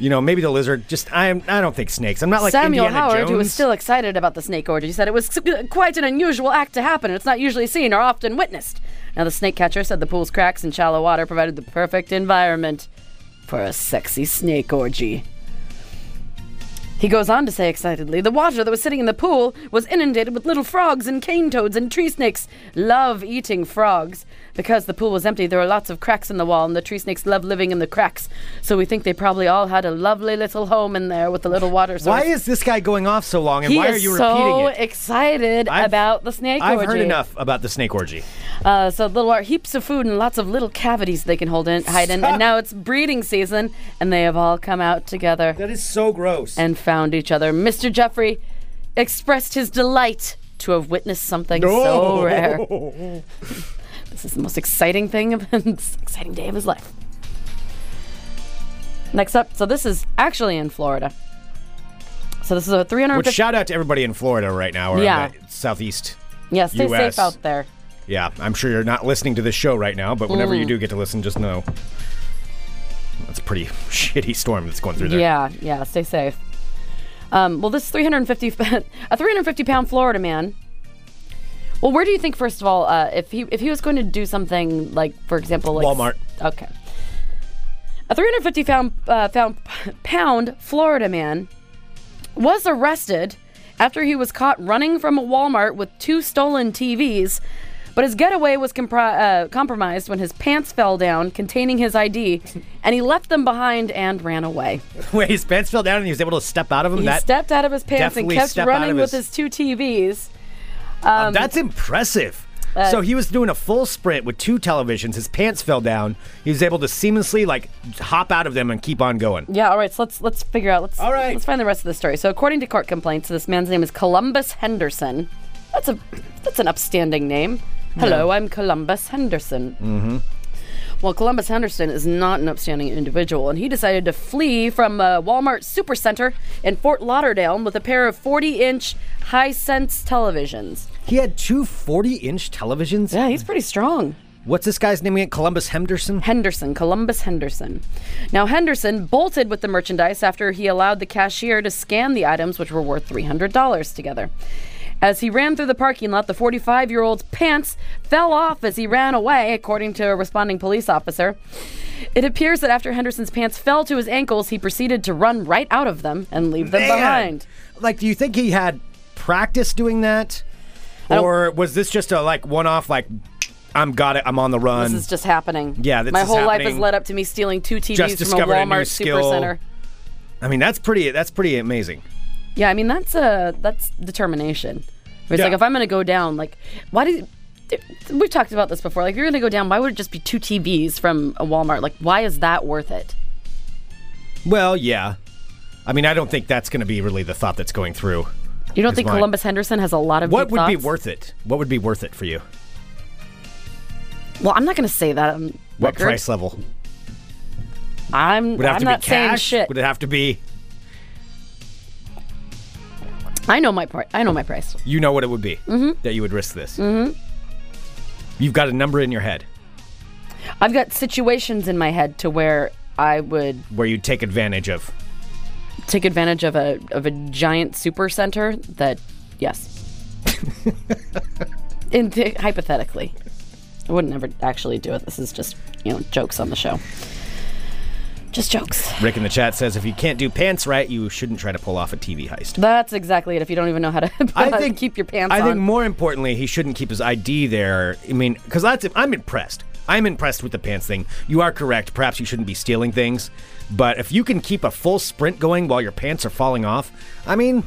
F: You know, maybe the lizard. Just I'm. I don't think snakes. I'm not like
G: Samuel
F: Indiana
G: Howard,
F: Jones.
G: who was still excited about the snake orgy, said it was quite an unusual act to happen. It's not usually seen or often witnessed. Now, the snake catcher said the pool's cracks and shallow water provided the perfect environment for a sexy snake orgy. He goes on to say excitedly, the water that was sitting in the pool was inundated with little frogs and cane toads and tree snakes. Love eating frogs. Because the pool was empty, there were lots of cracks in the wall, and the tree snakes love living in the cracks. So we think they probably all had a lovely little home in there with the little water source.
F: Why is this guy going off so long, and
G: he
F: why are
G: is
F: you
G: so
F: repeating it?
G: excited
F: I've-
G: about the snake
F: I've
G: orgy.
F: heard enough about the snake orgy.
G: Uh, so little are heaps of food and lots of little cavities they can hold in, hide in. And now it's breeding season, and they have all come out together
F: That is so gross.
G: and found each other. Mr. Jeffrey expressed his delight to have witnessed something
F: Oh.
G: so rare. This is the most exciting thing of this exciting day of his life. Next up, so this is actually in Florida. So this is a 350.
F: Which shout out to everybody in Florida right now, or
G: Yeah.
F: in the southeast.
G: yeah, stay
F: US.
G: safe out there.
F: Yeah, I'm sure you're not listening to this show right now, but whenever
G: Mm.
F: you do get to listen, just know that's a pretty shitty storm that's going through there.
G: Yeah, yeah, stay safe. Um, well, this 350, a 350 pound Florida man. Well, where do you think, first of all, uh, if he if he was going to do something like, for example, like
F: Walmart.
G: Okay. A 350 pound uh, found pound Florida man was arrested after he was caught running from a Walmart with two stolen TVs. But his getaway was compri- uh, compromised when his pants fell down, containing his ID, and he left them behind and ran away.
F: Wait, his pants fell down and he was able to step out of them.
G: He
F: that
G: stepped out of his pants and
F: definitely
G: kept
F: step out of
G: running with
F: his-
G: his two TVs. um,
F: that's impressive.
G: uh,
F: so he was doing a full sprint with two televisions. His pants fell down. He was able to seamlessly like hop out of them and keep on going.
G: Yeah, all right. So let's let's figure out. Let's
F: All right.
G: Let's find the rest of the story. So according to court complaints, this man's name is Columbus Henderson. That's a that's an upstanding name. Hello, I'm Columbus Henderson. Mm-hmm. Well, Columbus Henderson is not an upstanding individual, and he decided to flee from a Walmart supercenter in Fort Lauderdale with a pair of 40-inch high-sense televisions.
F: He had two 40-inch televisions.
G: Yeah, he's pretty strong.
F: What's this guy's name again? Columbus Henderson.
G: Henderson, Columbus Henderson. Now, Henderson bolted with the merchandise after he allowed the cashier to scan the items, which were worth $300 together. As he ran through the parking lot, the 45 year old's pants fell off as he ran away, according to a responding police officer. It appears that after Henderson's pants fell to his ankles, he proceeded to run right out of them and leave them
F: Man!
G: behind.
F: Like, do you think he had practice doing that,
G: don't-
F: or was this just a like one-off? Like, I'm got it. I'm on the run.
G: This is just happening.
F: Yeah, this
G: my
F: is
G: whole life has
F: happening.
G: led up to me stealing two TVs
F: Just
G: from a
F: discovered a new
G: Walmart
F: skill.
G: supercenter.
F: I mean, that's pretty. That's pretty amazing.
G: Yeah, I mean that's uh that's determination. Where It's
F: Yeah.
G: like if I'm gonna go down, like why do we've talked about this before? Like if you're gonna go down, why would it just be two TVs from a Walmart? Like why is that worth it?
F: Well, yeah. I mean, I don't think that's going to be really the thought that's going through.
G: You don't
F: It's
G: think
F: mine.
G: Columbus Henderson has a lot of
F: What
G: deep
F: would be
G: thoughts?
F: worth it? What would be worth it for you?
G: Well, I'm not gonna say that. On
F: What
G: record.
F: price level?
G: I'm
F: Would it have
G: I'm
F: to
G: not
F: be cash?
G: saying shit.
F: Would it have to be?
G: I know my part. I know my price.
F: You know what it would be that you would risk this. Mm-hmm. You've got a number in your head
G: I've got situations in my head to where I would
F: where you take advantage of.
G: take advantage of a of a giant super center that yes in the, hypothetically i wouldn't ever actually do it this is just you know jokes on the show just jokes
F: Rick in the chat says if you can't do pants right, you shouldn't try to pull off a TV heist.
G: that's exactly it if you don't even know how to
F: I think
G: keep your pants
F: I
G: on
F: think more importantly, he shouldn't keep his ID there. I mean, because that's I'm impressed. I'm impressed with the pants thing. You are correct. Perhaps you shouldn't be stealing things, but if you can keep a full sprint going while your pants are falling off, I mean,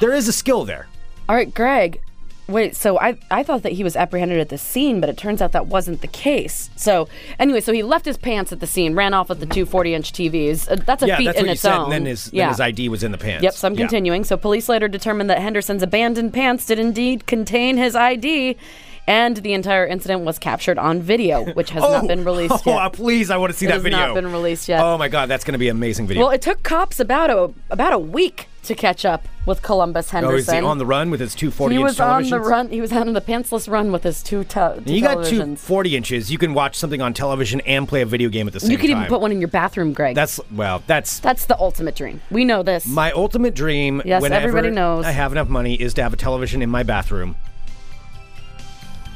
F: there is a skill there.
G: all right greg wait so I, I thought that he was apprehended at the scene but it turns out that wasn't the case so anyway so he left his pants at the scene ran off with the two 40 inch tvs Uh, that's a
F: yeah,
G: feat
F: that's
G: in
F: what you
G: its
F: said.
G: own
F: And then his
G: yeah.
F: then his ID was in the pants.
G: Yep, so I'm
F: Yeah.
G: continuing. So police later determined that Henderson's abandoned pants did indeed contain his ID, and the entire incident was captured on video, which has not been released
F: Oh,
G: yet.
F: please! I want to see
G: It
F: that
G: has
F: video.
G: not been released yet.
F: Oh my god, that's going to be an amazing video.
G: Well, it took cops about a about a week to catch up with Columbus Henderson.
F: oh, is he on the run with his two forty
G: He
F: inch
G: was on the
F: televisions?
G: run. He was on the pantsless run with his two, to- two
F: You got two
G: televisions.
F: 40 inches. You can watch something on television and play a video game at the same time.
G: you could even put one in your bathroom, Greg.
F: That's well. That's
G: that's the ultimate dream. We know this.
F: my ultimate dream.
G: Yes,
F: whenever
G: everybody knows.
F: I have enough money is to have a television in my bathroom.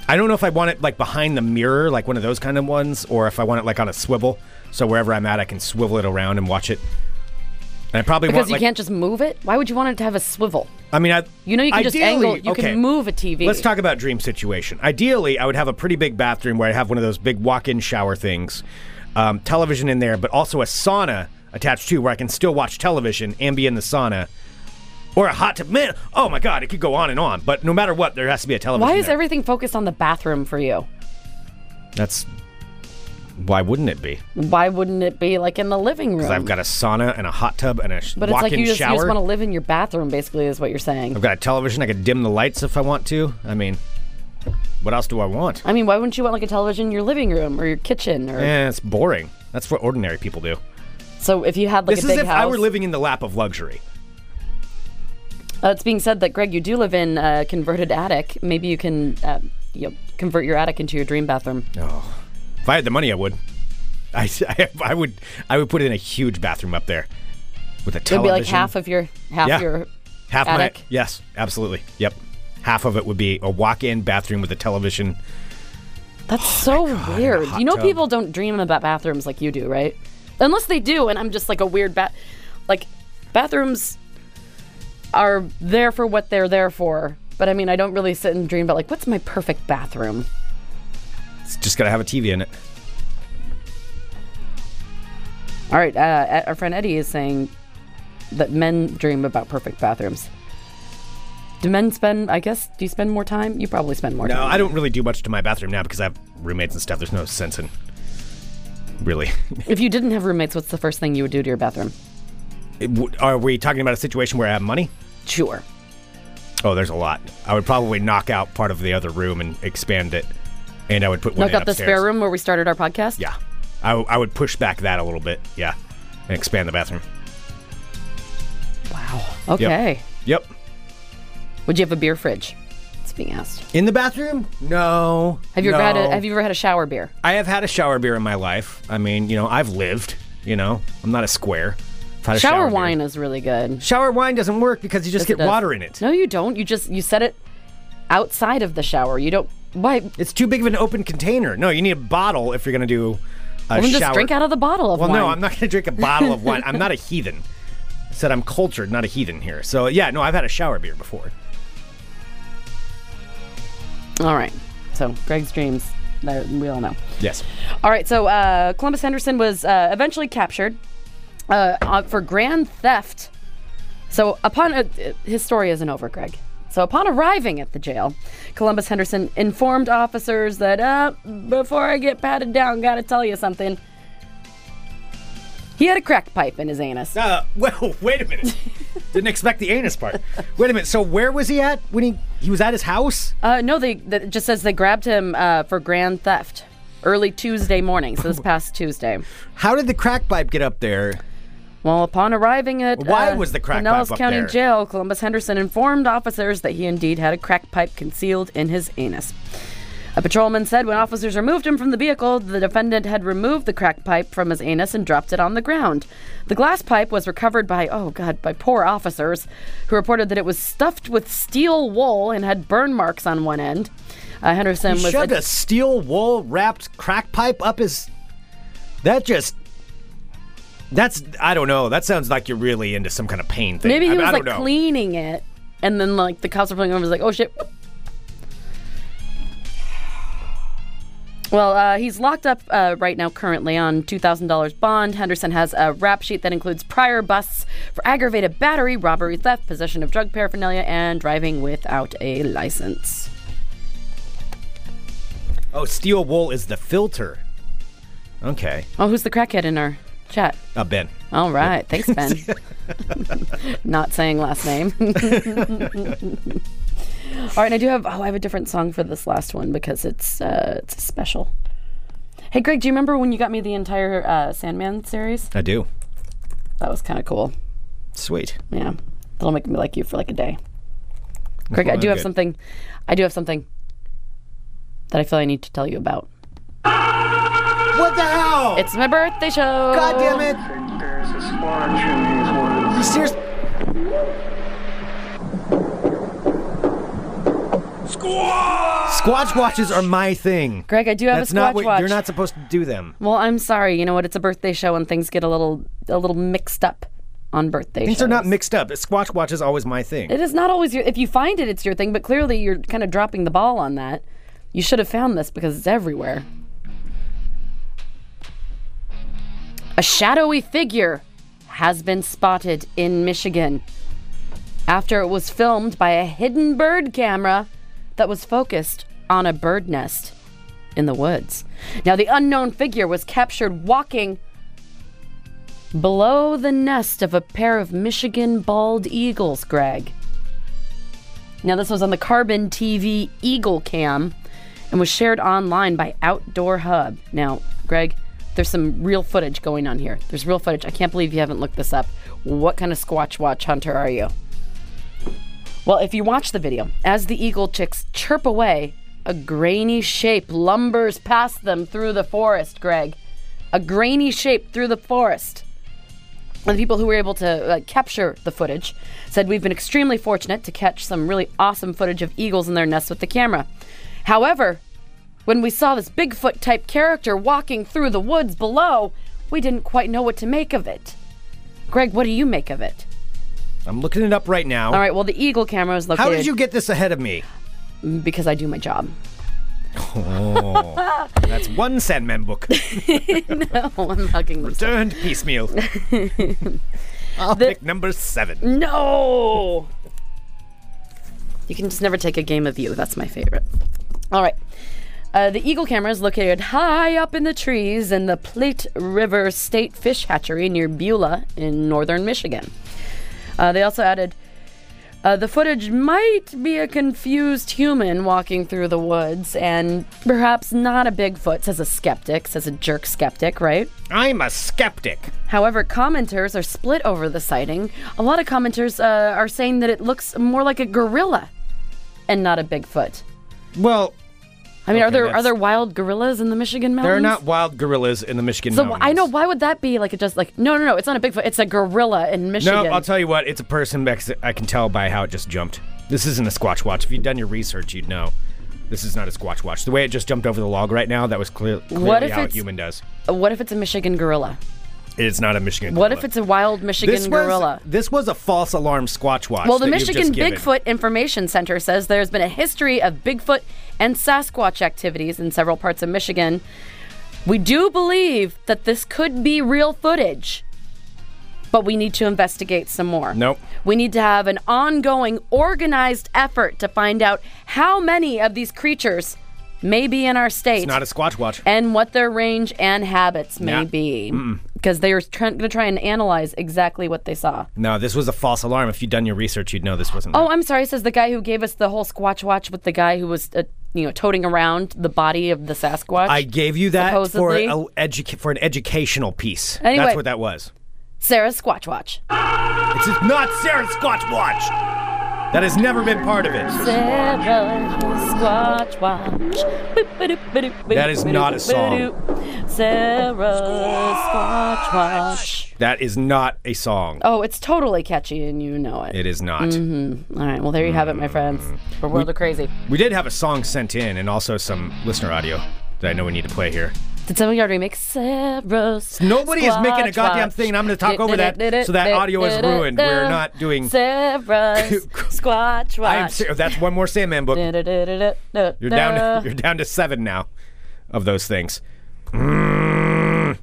F: I don't know if I want it like behind the mirror, like one of those kind of ones, or if I want it like on a swivel, so wherever I'm at, I can swivel it around and watch it. And I probably
G: Because
F: want
G: you
F: like,
G: can't just move it. Why would you want it to have a swivel?
F: I mean, I,
G: You know, you can just
F: ideally-
G: angle it. You
F: okay.
G: can move a TV.
F: Let's talk about dream situation. Ideally, I would have a pretty big bathroom where I have one of those big walk-in shower things, um, television in there, but also a sauna attached to where I can still watch television and be in the sauna. Or a hot tub. Man, oh my God, it could go on and on. But no matter what, there has to be a television.
G: Why is
F: there.
G: everything focused on the bathroom for you?
F: That's why wouldn't it be?
G: Why wouldn't it be like in the living room?
F: Because I've got a sauna and a hot tub and a sh-
G: but it's
F: walk-in
G: like you just,
F: shower.
G: you just want to live in your bathroom, basically, is what you're saying.
F: I've got a television. I could dim the lights if I want to. I mean, what else do I want?
G: I mean, why wouldn't you want like a television in your living room or your kitchen? Or
F: Eh, it's boring. That's what ordinary people do.
G: so if you had like
F: this
G: a
F: is
G: big
F: if
G: house.
F: I were living in the lap of luxury.
G: Uh, it's being said that Greg, you do live in a converted attic. Maybe you can uh, you know, convert your attic into your dream bathroom.
F: If I had the money, I would. I, I, I would I would put in a huge bathroom up there with a
G: It would be
F: television.
G: like half of your half
F: Yeah.
G: your
F: half
G: attic.
F: my yes, absolutely, yep. Half of it would be a walk-in bathroom with a television.
G: That's
F: Oh
G: so weird.
F: hot
G: You know,
F: tub.
G: people don't dream about bathrooms like you do, right? Unless they do, and I'm just like a weird bat. Like, bathrooms are there for what they're there for. But I mean, I don't really sit and dream about like what's my perfect bathroom.
F: It's just gotta have a TV in it.
G: All right, uh, our friend Eddie is saying that men dream about perfect bathrooms. Do men spend? I guess do you spend more time? You probably spend more
F: No,
G: time.
F: I don't really do much to my bathroom now because I have roommates and stuff. There's no sense in really.
G: If you didn't have roommates, what's the first thing you would do to your bathroom?
F: It would- Are we talking about a situation where I have money?
G: Sure.
F: Oh, there's a lot. I would probably knock out part of the other room and expand it, and I would put one
G: Knock
F: in
G: out the
F: upstairs.
G: spare room where we started our podcast.
F: Yeah. I, I would push back that a little bit. Yeah. And expand the bathroom.
G: Wow. Okay.
F: Yep.
G: Would you have a beer fridge? It's being asked.
F: In the bathroom? No.
G: Have you
F: no.
G: ever had a Have you ever had a shower beer?
F: I have had a shower beer in my life. I mean, you know, I've lived, you know, I'm not a square. I've had a
G: Shower,
F: beer.
G: wine is really good.
F: Shower wine doesn't work because you just
G: Yes, it
F: get
G: does.
F: water in it.
G: No, you don't. You just you set it outside of the shower. You don't. Why?
F: It's too big of an open container. No, you need a bottle if you're going to do a
G: Well, then
F: shower.
G: just drink out of the bottle of
F: Well,
G: wine.
F: no, I'm not going to drink a bottle of wine. I'm not a heathen. I said I'm cultured, not a heathen here. So, yeah, no, I've had a shower beer before.
G: All right. So Greg's dreams. that We all know.
F: Yes.
G: All right. So uh, Columbus Henderson was uh, eventually captured uh, uh, for grand theft. So upon uh, uh, his story isn't over, Greg. So upon arriving at the jail, Columbus Henderson informed officers that uh, before I get patted down, gotta tell you something. He had a crack pipe in his anus.
F: Uh, well, wait a minute. Didn't expect the anus part. Wait a minute. So where was he at when he he was at his house?
G: Uh, no, they that it just says they grabbed him uh, for grand theft early Tuesday morning. So this past Tuesday.
F: How did the crack pipe get up there?
G: Well, upon arriving at
F: Why
G: uh,
F: was the crack
G: Pinellas
F: pipe up
G: County
F: there?
G: Jail, Columbus Henderson informed officers that he indeed had a crack pipe concealed in his anus. A patrolman said when officers removed him from the vehicle, the defendant had removed the crack pipe from his anus and dropped it on the ground. The glass pipe was recovered by, oh God, by poor officers who reported that it was stuffed with steel wool and had burn marks on one end. Uh, Henderson
F: He
G: was.
F: shoved a steel wool wrapped crack pipe up his. That just. That's I don't know. That sounds like you're really into some kind of pain thing.
G: Maybe
F: I,
G: he
F: mean,
G: was
F: I
G: like
F: don't know.
G: cleaning it, and then like the cops were pulling over. Was like, oh shit. Well, uh, he's locked up uh, right now, currently on two thousand dollars bond. Henderson has a rap sheet that includes prior busts for aggravated battery, robbery, theft, possession of drug paraphernalia, and driving without a license.
F: Oh, steel wool is the filter. Okay,
G: Oh, who's the crackhead in our chat?
F: uh, Ben.
G: All right, thanks, Ben. Not saying last name. All right, and I do have. Oh, I have a different song for this last one because it's uh, it's a special. Hey, Greg, do you remember when you got me the entire uh, Sandman series?
F: I do.
G: That was kind of cool.
F: Sweet.
G: Yeah, that'll make me like you for like a day. Greg, I
F: Well,
G: do have
F: good.
G: something. I do have something that I feel I need to tell you about.
F: What the hell?
G: It's my birthday show.
F: God damn it! You serious? Squatch watches are my thing.
G: Greg, I do have
F: That's
G: a Squatch
F: not what
G: watch.
F: you're not supposed to do them.
G: Well, I'm sorry. You know what? It's a birthday show and things get a little a little mixed up. on birthday
F: Things are not
G: shows.
F: mixed up. Squatch Watch is always my thing.
G: It is not always your. If you find it, it's your thing. But clearly, you're kind of dropping the ball on that. You should have found this because it's everywhere. A shadowy figure has been spotted in Michigan after it was filmed by a hidden bird camera that was focused on a bird nest in the woods. Now, the unknown figure was captured walking below the nest of a pair of Michigan bald eagles, Greg. Now, this was on the Carbon TV Eagle Cam and was shared online by Outdoor Hub. Now, Greg, there's some real footage going on here. There's real footage. I can't believe you haven't looked this up. What kind of Squatch Watch hunter are you? Well, if you watch the video, as the eagle chicks chirp away, a grainy shape lumbers past them through the forest, Greg. A grainy shape through the forest. The people who were able to uh, capture the footage said, We've been extremely fortunate to catch some really awesome footage of eagles in their nests with the camera. However, when we saw this Bigfoot type character walking through the woods below, we didn't quite know what to make of it. Greg, what do you make of it?
F: I'm looking it up right now.
G: All right, well, the Eagle camera is located
F: How did you get this ahead of me?
G: because I do my job.
F: Oh, That's one Sandman book.
G: Oh, I'm hugging them.
F: Turned piecemeal. I'll
G: The-
F: pick number seven.
G: No! you can just never take a game of you. That's my favorite. All right. Uh, the Eagle camera is located high up in the trees in the Plate River State Fish Hatchery near Beulah in northern Michigan. Uh, they also added uh, the footage might be a confused human walking through the woods and perhaps not a Bigfoot, says a skeptic, says a jerk skeptic, right?
F: I'm a skeptic.
G: However, commenters are split over the sighting. A lot of commenters uh, are saying that it looks more like a gorilla and not a Bigfoot.
F: Well,
G: I mean, are
F: Okay,
G: there are
F: that's-
G: there wild gorillas in the Michigan mountains?
F: there are not wild gorillas in the Michigan
G: Um, So
F: mountains.
G: I know why would that be? Like it just like no no no, it's not a Bigfoot. It's a gorilla in
F: No,
G: Michigan.
F: I'll tell you what. It's a person because I can tell by how it just jumped. This isn't a Squatch Watch. If you'd done your research, you'd know. This is not a Squatch Watch. The way it just jumped over the log right now, that was clear, clearly
G: What if
F: how a
G: it's-
F: human does.
G: what if it's a Michigan gorilla?
F: It's not a Michigan.
G: What
F: gorilla.
G: if it's a wild Michigan
F: this was,
G: gorilla?
F: This was a false alarm Squatch Watch.
G: Well, the
F: that you've
G: Michigan
F: just given.
G: Bigfoot Information Center says there's been a history of Bigfoot and Sasquatch activities in several parts of Michigan. We do believe that this could be real footage, but we need to investigate some more.
F: Nope.
G: We need to have an ongoing, organized effort to find out how many of these creatures may be in our state
F: It's not a Squatch Watch.
G: and what their range and habits may
F: Nah.
G: be. Because they are going to try and analyze exactly what they saw.
F: No, this was a false alarm. If you'd done your research, you'd know this wasn't.
G: Oh, I'm sorry. Says the guy who gave us the whole Squatch Watch with the guy who was, uh, you know, toting around the body of the Sasquatch.
F: I gave you that
G: Supposedly.
F: for a edu- for an educational piece.
G: Anyway.
F: That's what that was.
G: Sarah's Squatch Watch.
F: It's just not Sarah's Squatch Watch. That has never been part of it.
G: Sarah's Squatch Watch.
F: That is not a song.
G: Sarah's Squatch Watch.
F: That is not a song.
G: Oh, Mm-hmm. it's totally catchy, and you know it.
F: It is not.
G: All right. Well, there you have it, my friends. We're world of crazy.
F: Mm-hmm. We did have a song sent in and also some listener audio that I know we need to play here.
G: Did somebody already make Sarah's?
F: Nobody is making a
G: Squatch
F: goddamn
G: Watch?
F: thing, and I'm gonna talk over that, so that audio is ruined. We're not doing-
G: Sarah's Squatch Watch.
F: I am ser- that's one more Sandman book.
G: You're
F: You're down. To, you're down to seven now, of those things. Mm.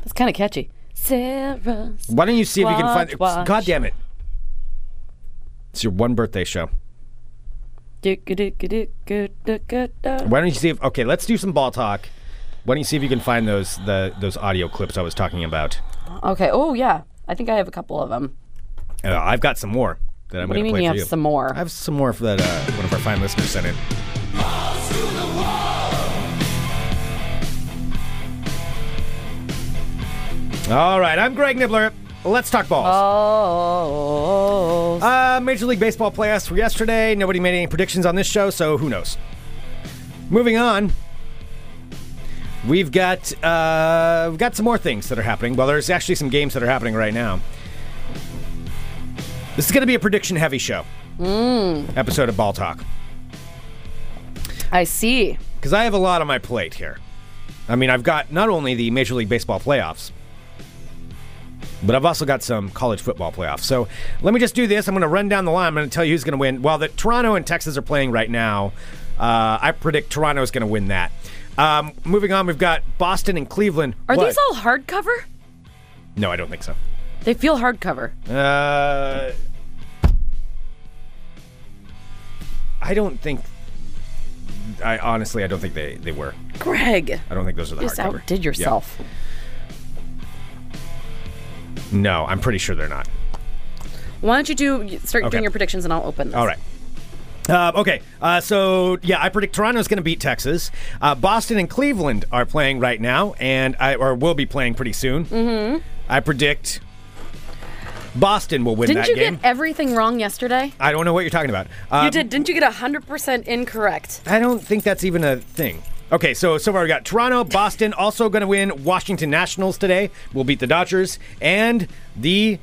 G: That's kind of catchy. Sarah's.
F: Why don't you see if you can
G: Squatch
F: find?
G: Watch.
F: God damn it! It's your one birthday show. Why don't you see if? Okay, let's do some ball talk. Why don't you see if you can find those the those audio clips I was talking about?
G: Okay. Oh yeah. I think I have a couple of them.
F: Uh, I've got some more that I'm
G: What do
F: going
G: you
F: to
G: mean
F: play
G: you
F: for
G: have
F: you.
G: some more?
F: I have some more for that uh, one of our fine listeners sent in. All right, I'm Greg Nibbler. Let's talk balls.
G: Oh.
F: Uh, Major League Baseball playoffs were yesterday. Nobody made any predictions on this show, so who knows? Moving on, we've got uh, we've got some more things that are happening. Well, there's actually some games that are happening right now. This is going to be a prediction-heavy show. Episode of Ball Talk
G: I see.
F: because I have a lot on my plate here. I mean, I've got not only the Major League Baseball playoffs, But I've also got some college football playoffs. So let me just do this. I'm going to run down the line. I'm going to tell you who's going to win. While the Toronto and Texas are playing right now, uh, I predict Toronto's going to win that. Um, moving on, we've got Boston and Cleveland.
G: Are
F: What?
G: these all hardcover?
F: No, I don't think so.
G: They feel hardcover.
F: Uh, I don't think. I honestly, I don't think they, they were.
G: Greg,
F: I don't think those are the
G: just
F: hardcover.
G: outdid
F: Yeah.
G: yourself.
F: No, I'm pretty sure they're not.
G: Why don't you do start
F: Okay.
G: doing your predictions and I'll open this.
F: All right. Uh, okay, uh, so yeah, I predict Toronto's going to beat Texas. Uh, Boston and Cleveland are playing right now, and I or will be playing pretty soon. Mm-hmm. I predict Boston will win
G: Didn't
F: that
G: you
F: game.
G: get everything wrong yesterday?
F: I don't know what you're talking about. Uh,
G: you did. Didn't you get 100% incorrect?
F: I don't think that's even a thing. Okay, so so far we got Toronto, Boston also going to win. Washington Nationals today will beat the Dodgers, and the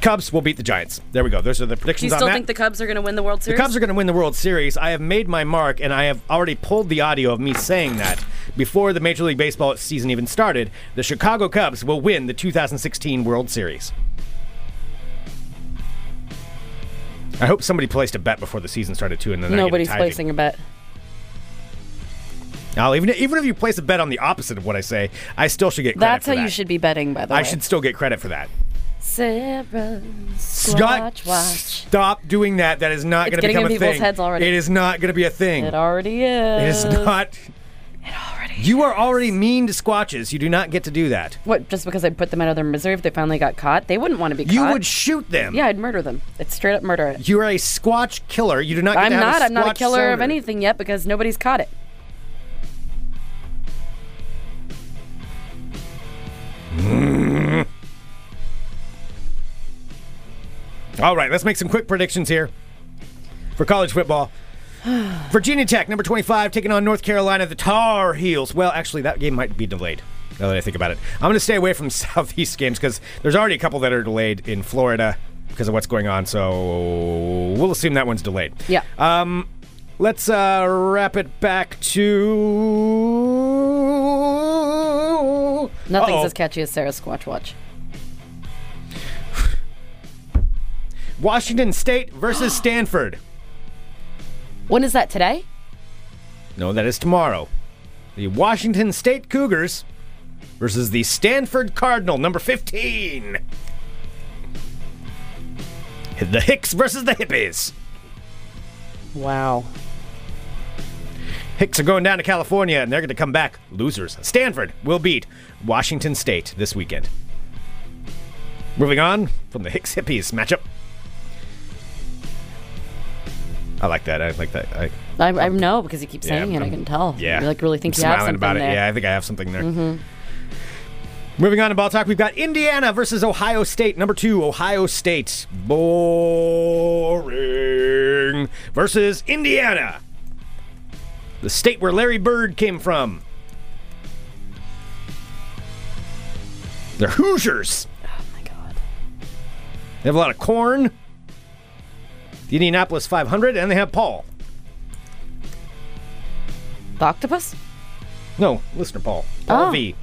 F: Cubs will beat the Giants. There we go. Those are the
G: Do you
F: predictions.
G: still
F: on that.
G: think the Cubs are going to win the World Series?
F: The Cubs are going to win the World Series. I have made my mark, and I have already pulled the audio of me saying that before the Major League Baseball season even started. The Chicago Cubs will win the 2016 World Series. I hope somebody placed a bet before the season started too, and then I get
G: Nobody's
F: tied again.
G: placing a bet.
F: Now, even even if you place a bet on the opposite of what I say, I still should get credit.
G: That's
F: for
G: how you
F: that.
G: should be betting, by the way.
F: I should still get credit for that.
G: Sarah,
F: Scott,
G: Squatch Watch.
F: stop doing that. That is not
G: It's
F: going to
G: getting
F: become
G: in
F: a
G: people's
F: thing.
G: heads already.
F: It is not going to be a thing.
G: It already is.
F: It is not. You are already mean to squatches. You do not get to do that.
G: What? Just because I put them out of their misery if they finally got caught, they wouldn't want to be
F: You
G: caught.
F: would shoot them.
G: yeah, I'd murder them. It's straight up murder.
F: You are a squatch killer. You do not. Get
G: I'm
F: to have
G: not.
F: A
G: I'm not a
F: squatch
G: killer of
F: soldier.
G: anything yet because nobody's caught it.
F: All right, let's make some quick predictions here for college football. Virginia Tech, number 25, taking on North Carolina, the Tar Heels. Well, actually, that game might be delayed now that I think about it. I'm going to stay away from Southeast games because there's already a couple that are delayed in Florida because of what's going on. So we'll assume that one's delayed.
G: Yeah.
F: Um, let's uh, wrap it back to.
G: Nothing's
F: Uh-oh.
G: as catchy as Sarah's Squatch Watch.
F: Washington State versus Stanford.
G: When is that today?
F: No, that is tomorrow. The Washington State Cougars versus the Stanford Cardinal, number 15. The Hicks versus the Hippies.
G: Wow.
F: Hicks are going down to California and they're going to come back losers. Stanford will beat Washington State this weekend. Moving on from the Hicks Hippies matchup. I like that. I like that. I,
G: I, I know because you keep
F: Oh. Yeah,
G: saying it. I
F: I'm-
G: can tell.
F: Yeah.
G: You like really think
F: I'm
G: you have
F: smiling
G: something
F: about it.
G: there. Mm-hmm.
F: Yeah, I think I have something there. Moving on to ball talk, we've got Indiana versus Ohio State. Number two, Ohio State. Boring. Versus Indiana. The state where Larry Bird came from. They're Hoosiers.
G: Oh my god.
F: They have a lot of corn, the Indianapolis 500, and they have Paul.
G: The octopus?
F: No, listener Paul. Paul
G: Oh.
F: V.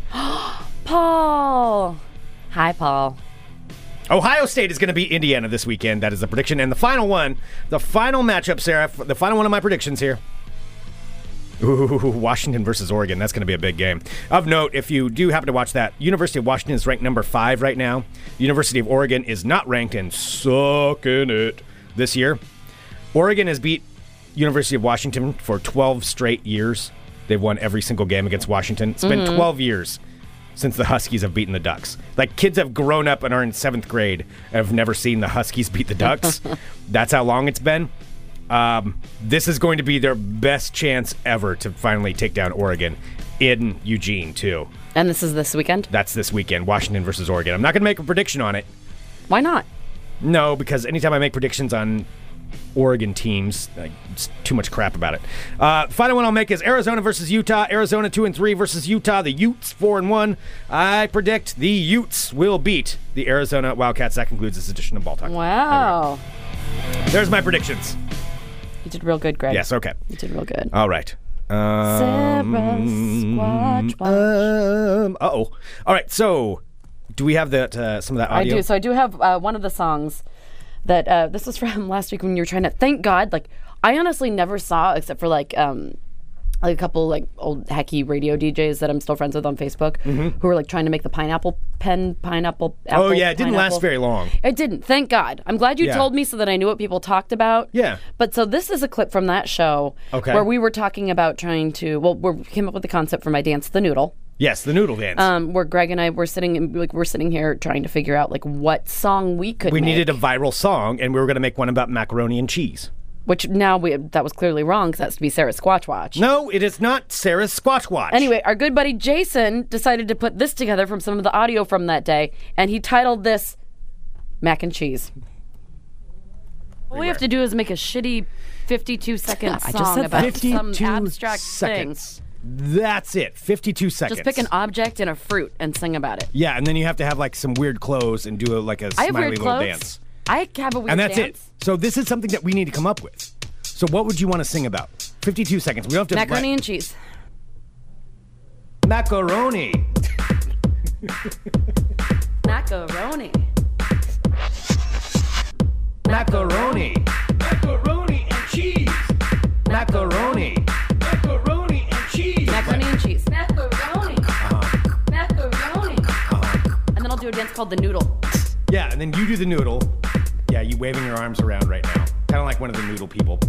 G: Paul. Hi, Paul.
F: Ohio State is going to beat Indiana this weekend. That is the prediction. And the final one, the final matchup, Sarah, f- the final one of my predictions here. Ooh, Washington versus Oregon. That's going to be a big game. Of note, if you do happen to watch that, University of Washington is ranked number five right now. University of Oregon is not ranked and sucking it this year. Oregon has beat University of Washington for 12 straight years. They've won every single game against Washington. It's been 12 years since the Huskies have beaten the Ducks. Like kids have grown up and are in seventh grade and have never seen the Huskies beat the Ducks. That's how long it's been. Um, this is going to be their best chance ever to finally take down Oregon in Eugene too.
G: And this is this weekend?
F: That's this weekend, Washington versus Oregon. I'm not going to make a prediction on it.
G: Why not?
F: No, because anytime I make predictions on Oregon teams, like, it's too much crap about it. Uh, final one I'll make is Arizona versus Utah. Arizona two and three versus Utah. The Utes four and one. I predict the Utes will beat the Arizona Wildcats. That concludes this edition of Ball Talk.
G: Wow.
F: There's my predictions.
G: You did real good, Greg.
F: Yes. Okay.
G: You did real good.
F: All right. Um,
G: Sarah Squatch Watch.
F: Um, uh oh. All right, so Do we have that uh, some of that
G: I
F: audio?
G: do. So I do have uh, one of the songs that uh, this was from last week when you were trying to. Thank God, like I honestly never saw except for like um like a couple like old hacky radio DJs that I'm still friends with on Facebook who were like trying to make the pineapple pen pineapple. Apple,
F: Mm-hmm. oh yeah, it didn't
G: pineapple.
F: last very long.
G: It didn't. Thank God. I'm glad you
F: Yeah.
G: told me so that I knew what people talked about.
F: Yeah.
G: But so this is a clip from that show
F: Okay.
G: where we were talking about trying to well we came up with the concept for my dance the noodle
F: Yes, the noodle dance.
G: um, where Greg and I were sitting and like we're sitting here trying to figure out like what song we could.
F: we
G: make,
F: needed a viral song, and we were going to make one about macaroni and cheese.
G: which now we that was clearly wrong because that's to be Sarah Squatch Watch.
F: No, it is not Sarah's Squatch Watch.
G: Anyway, our good buddy Jason decided to put this together from some of the audio from that day, and he titled this "Mac and Cheese." All we have to do is make a shitty fifty-two second
I: I just
G: song
I: said
G: about some
F: 52
G: abstract thing.
F: seconds. That's it. 52 seconds.
G: Just pick an object and a fruit and sing about it.
F: Yeah, and then you have to have like some weird clothes and do a, like a
G: I
F: smiley
G: have weird
F: little
G: clothes.
F: dance.
G: I have a weird
F: And that's
G: dance.
F: it. So this is something that we need to come up with. So what would you want to sing about? 52 seconds. We don't have to
G: Macaroni and cheese.
F: macaroni.
G: Macaroni.
F: Macaroni. Macaroni and cheese. Macaroni. Macaroni and cheese.
G: Macaroni and cheese. Macaroni. Macaroni. And then I'll do a dance called the noodle.
F: Yeah, and then you do the noodle. Yeah, you waving your arms around right now. Kind of like one of the noodle people.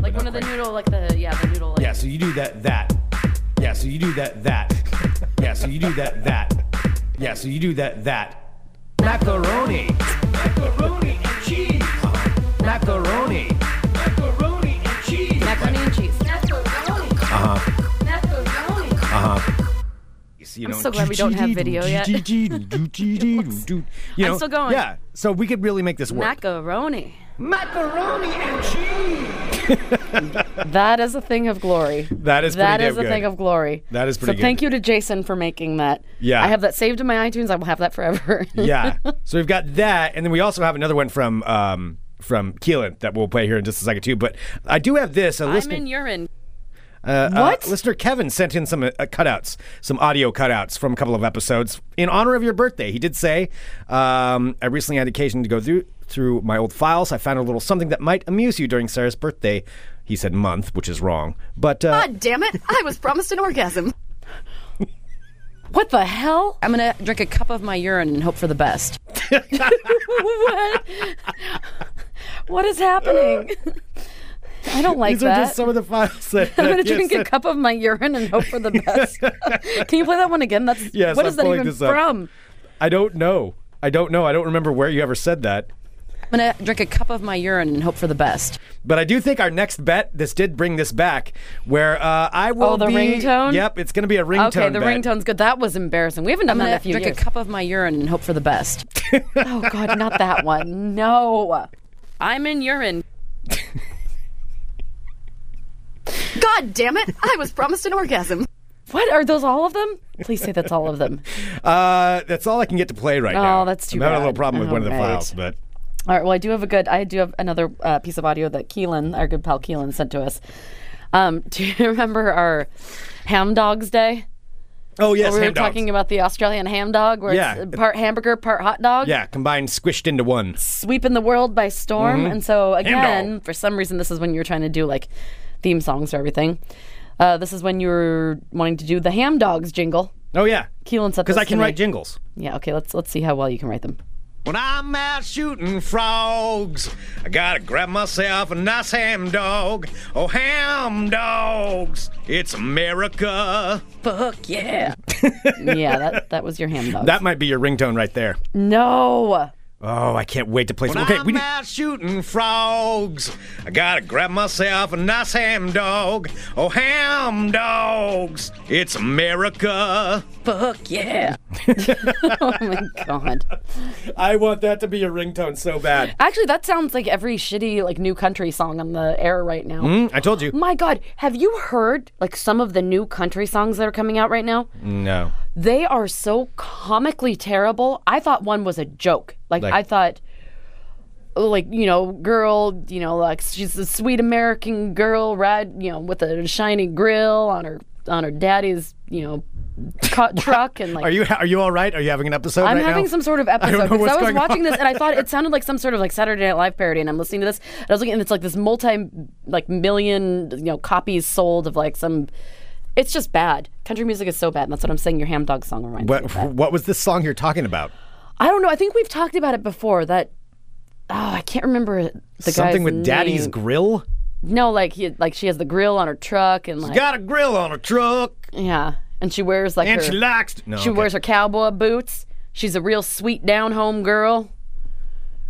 G: Like one of the noodle, like the yeah, the noodle. Like,
F: Yeah, so you do that, that. Yeah, so you do that, that. Yeah, so you do that, that. Yeah, so you do that, that. Macaroni. Macaroni and cheese. Macaroni. Macaroni and cheese.
G: Macaroni and cheese.
F: Uh-huh. You know,
G: so glad we don't have video yet.
F: you know,
G: still going.
F: Yeah, so we could really make this work.
G: Macaroni.
F: macaroni and cheese.
G: That is a thing of glory.
F: That is
G: That
F: pretty
G: is
F: damn
G: a
F: good.
G: thing of glory.
F: That is
G: so
F: pretty good.
G: thank you to Jason for making that.
F: Yeah.
G: I have that saved in my iTunes. I will have that forever.
F: yeah. So we've got that, and then we also have another one from um, from Keelan that we'll play here in just a second too. But I do have this. A
G: I'm
F: listener,
G: in urine.
F: uh, uh,
G: what?
F: listener Kevin sent in some uh, cutouts, some audio cutouts from a couple of episodes in honor of your birthday. He did say, um, "I recently had occasion to go through through my old files. I found a little something that might amuse you during Sarah's birthday." He said month, which is wrong, but uh,
I: God damn it! I was promised an orgasm.
G: What the hell? I'm gonna drink a cup of my urine and hope for the best. what? What is happening? I don't like
F: these
G: that.
F: are just some of the files that
G: I'm gonna
F: that Keelan
G: drink a
F: sent.
G: cup of my urine and hope for the best. Can you play that one again? That's
F: Yes,
G: what
F: I'm
G: is that
F: pulling
G: even
F: this up.
G: from?
F: I don't know. I don't know. I don't remember where you ever said that.
G: I'm gonna drink a cup of my urine and hope for the best.
F: But I do think our next bet, this did bring this back, where uh, I will
G: Oh, the
F: be-
G: ringtone?
F: Yep, it's going to be a ringtone.
G: Okay, the
F: bet.
G: ringtone's good. That was embarrassing. We haven't done that in a few years.
I: of my urine and hope for the best.
G: oh God, not that one. No, I'm in urine.
I: God damn it! I was promised an orgasm.
G: What are those? All of them? Please say that's all of them.
F: Uh, that's all I can get to play right now.
G: Oh, that's too
F: I'm having a little
G: bad.
F: problem with one of the
G: All right.
F: files, but
G: All right. Well, I do have a good. I do have another uh, piece of audio that Keelan, our good pal Keelan, sent to us. Um, do you remember our ham dogs day?
F: oh yes,
G: we were
F: ham dogs.
G: talking about the Australian ham dog, where
F: Yeah.
G: it's part hamburger, part hot dog.
F: yeah, combined, squished into one.
G: sweeping the world by storm.
F: Mm-hmm.
G: And so again,
F: dog.
G: for some reason, this is when you were trying to do like theme songs or everything. Uh, this is when you were wanting to do the ham dogs jingle.
F: Oh yeah,
G: Keelan said
F: because
G: this
F: I can
G: to me.
F: write jingles.
G: Yeah. Okay. Let's let's see how well you can write them.
F: When I'm out shooting frogs, I gotta grab myself a nice ham dog. Oh, ham dogs, it's America.
G: Fuck yeah. yeah. That that was your ham dog.
F: That might be your ringtone right there.
G: no.
F: Oh, I can't wait to play. some. okay, we need- out shooting frogs. I gotta grab myself a nice ham dog. Oh, ham dogs! It's America.
G: Fuck yeah. oh my god.
F: I want that to be a ringtone so bad.
G: Actually, that sounds like every shitty like new country song on the air right now.
F: Mm, I told you.
G: My god, have you heard like some of the new country songs that are coming out right now?
F: No.
G: They are so comically terrible. I thought one was a joke. Like,
F: Like-
G: I thought like you know girl you know like she's a sweet american girl right you know with a shiny grill on her on her daddy's you know cu- truck and like.
F: Are you are you all right? Are you having an episode?
G: I'm
F: right
G: having
F: now?
G: some sort of
F: I
G: episode
F: don't know
G: because
F: what's
G: I, was
F: going on.
G: watching this and I thought it sounded like some sort of like Saturday Night Live parody, and I'm listening to this and I was looking and it's like this multi like million you know copies sold of like some. It's just bad. Country music is so bad, and that's what I'm saying. Your ham dog song reminds me. Of
F: What
G: that.
F: what was this song you're talking about?
G: I don't know. I think we've talked about it before. That oh, I can't remember the
F: Something
G: guy's
F: with Daddy's
G: name.
F: grill.
G: No, like he like she has the grill on her truck and like
F: Got a grill on her truck,
G: yeah, and she wears like
F: and
G: her,
F: she likes. To, no,
G: She
F: okay.
G: wears her cowboy boots. She's a real sweet down home girl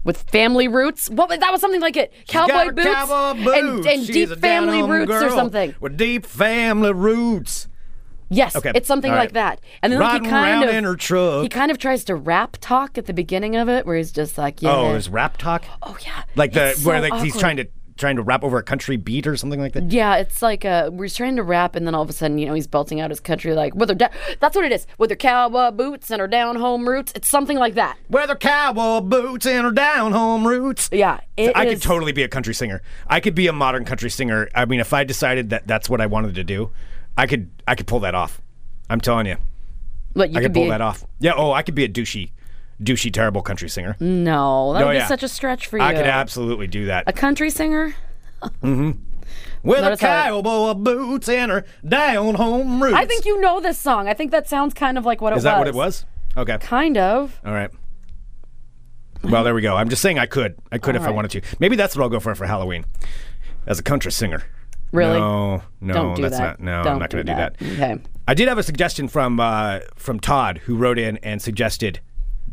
G: with family roots. What was- that was something like it.
F: Got
G: Cowboy
F: her
G: boots,
F: cowboy
G: and,
F: boots.
G: and
F: She's a
G: deep family
F: down-home
G: roots or
F: girl
G: something.
F: With deep family roots.
G: Yes,
F: Okay,
G: it's something
F: all right.
G: like that. And then like,
F: Riding
G: he kind
F: around
G: of
F: in her truck.
G: he kind of tries to rap talk at the beginning of it, where he's just like, yeah,
F: Oh, there's rap talk.
G: oh yeah,
F: like the
G: It's
F: where
G: so
F: like he's
G: awkward.
F: trying to trying to rap over a country beat or something like that.
G: Yeah, it's like uh, we're trying to rap, and then all of a sudden, you know, he's belting out his country like with her. Da- that's what it is with her cowboy boots and her down home roots. It's something like that.
F: Whether cowboy boots and her down home roots.
G: Yeah, it
F: I
G: is-
F: could totally be a country singer. I could be a modern country singer. I mean, if I decided that that's what I wanted to do, I could I could pull that off. I'm telling you,
G: But you
F: I
G: could
F: could pull
G: be
F: that off. Yeah. Oh, I could be a douchey, douchey, terrible country singer.
G: Mm, No, that
F: No,
G: would be
F: Oh, yeah.
G: such a stretch for you.
F: I could absolutely do that.
G: a country singer.
F: With her
G: notice how
F: cowboy boots and her down home roots.
G: I think you know this song. I think that sounds kind of like what it was.
F: Is that what it was? Okay.
G: Kind of.
F: All right. Well, there we go. I'm just saying I could. I could if I wanted to. Maybe that's what I'll go for for Halloween as a country singer.
G: Really?
F: No, no,
G: Don't do
F: that's
G: that.
F: not. No,
G: Don't
F: I'm not
G: do
F: going to do that.
G: that. Okay.
F: I did have a suggestion from uh, from Todd who wrote in and suggested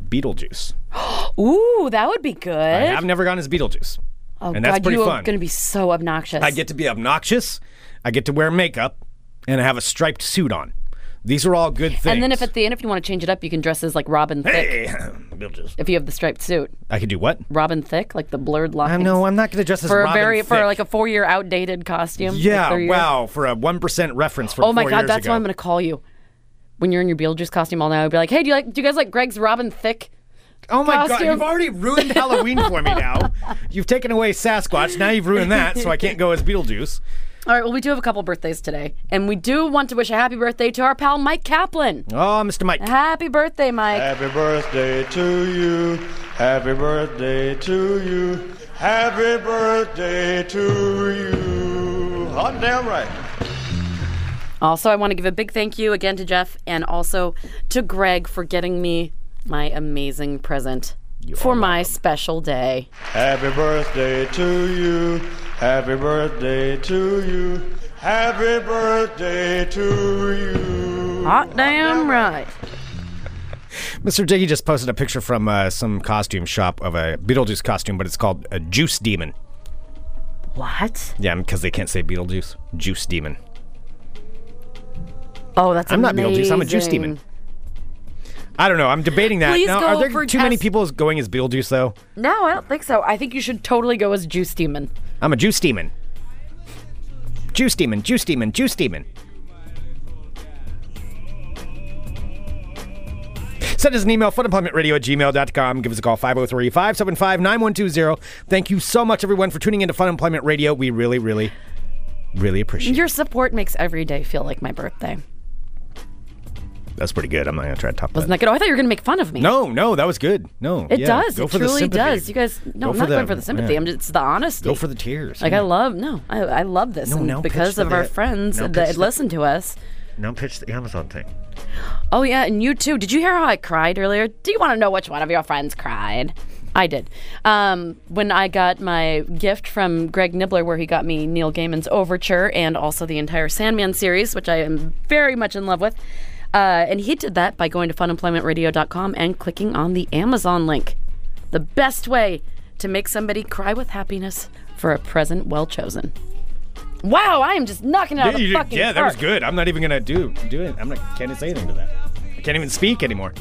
F: Beetlejuice.
G: Ooh, that would be good.
F: I've never gone as Beetlejuice.
G: oh
F: and that's
G: God,
F: pretty
G: you are
F: fun.
G: going to be so obnoxious.
F: I get to be obnoxious. I get to wear makeup and I have a striped suit on. These are all good things.
G: And then if at the end, if you want to change it up, you can dress as like Robin Thicke
F: Hey, Beetlejuice.
G: if you have the striped suit.
F: I could do what?
G: Robin Thicke, like the blurred lines.
F: I know I'm not going to dress as
G: for
F: Robin
G: a very for
F: Thicke.
G: like a four year outdated costume. like,
F: Yeah,
G: three years.
F: wow, for a one percent reference from
G: Oh my
F: four
G: God,
F: years
G: that's
F: ago.
G: why I'm going to call you when you're in your Beetlejuice costume all night. I'll be like, hey, do you like? Do you guys like Greg's Robin Thicke?
F: Oh my
G: costume.
F: god, you've already ruined Halloween for me now. You've taken away Sasquatch, now you've ruined that, so I can't go as Beetlejuice.
G: All right, well, we do have a couple birthdays today, and we do want to wish a happy birthday to our pal Mike Kaplan.
F: Oh, Mr. Mike.
G: Happy birthday, Mike.
J: Happy birthday to you. Happy birthday to you. Happy birthday to you. Hot damn right.
G: Also, I want to give a big thank you again to Jeff and also to Greg for getting me my amazing present for my special day.
J: Happy birthday to you. Happy birthday to you. Happy birthday to you.
G: Hot damn right.
F: Mr. Diggy just posted a picture from uh, some costume shop of a Beetlejuice costume, but it's called a Juice Demon.
G: What?
F: Yeah, because they can't say Beetlejuice. Juice Demon.
G: Oh, that's
F: I'm not Beetlejuice, I'm a Juice Demon.
G: amazing.
F: I don't know. I'm debating that.
G: Please
F: now,
G: go
F: are there
G: for
F: too many
G: Cas-
F: people going as Beetlejuice though?
G: No, I don't think so. I think you should totally go as Juice Demon.
F: I'm a Juice Demon. Juice Demon. Juice Demon. Juice Demon. Send us an email, funemploymentradio at gmail.com. Give us a call, 503 575 9120. Thank you so much, everyone, for tuning in to Fun Employment Radio. We really, really, really appreciate it.
G: Your support makes every day feel like my birthday.
F: That's pretty good. I'm not going to try to top
G: Wasn't
F: that.
G: that good? Oh, I thought you were going to make fun of me.
F: No, no, that was good. No.
G: It
F: yeah.
G: does.
F: Go
G: it
F: for the
G: truly
F: sympathy.
G: does. You guys, no,
F: Go
G: I'm
F: for
G: not
F: the-
G: going for the sympathy.
F: yeah.
G: I'm just, it's the honesty.
F: Go for the tears.
G: Like
F: yeah.
G: I love no, I, I love this,
F: No,
G: and
F: now pitch
G: because
F: the
G: of our
F: bit.
G: friends
F: Now pitch
G: that
F: the-
G: listen to us.
F: Now pitch the Amazon thing.
G: Oh yeah, and you too. Did you hear how I cried earlier? Do you want to know which one of your friends cried? I did. Um, when I got my gift from Greg Nibbler, where he got me Neil Gaiman's Overture and also the entire Sandman series, which I am very much in love with. Uh, and he did that by going to funemploymentradio.com and clicking on the Amazon link. The best way to make somebody cry with happiness for a present well chosen. Wow, I am just knocking it out
F: Yeah,
G: of the
F: you did-
G: fucking
F: yeah, that was
G: park.
F: good. I'm not even gonna do do it. I'm not can't even say anything to that. I can't even speak anymore.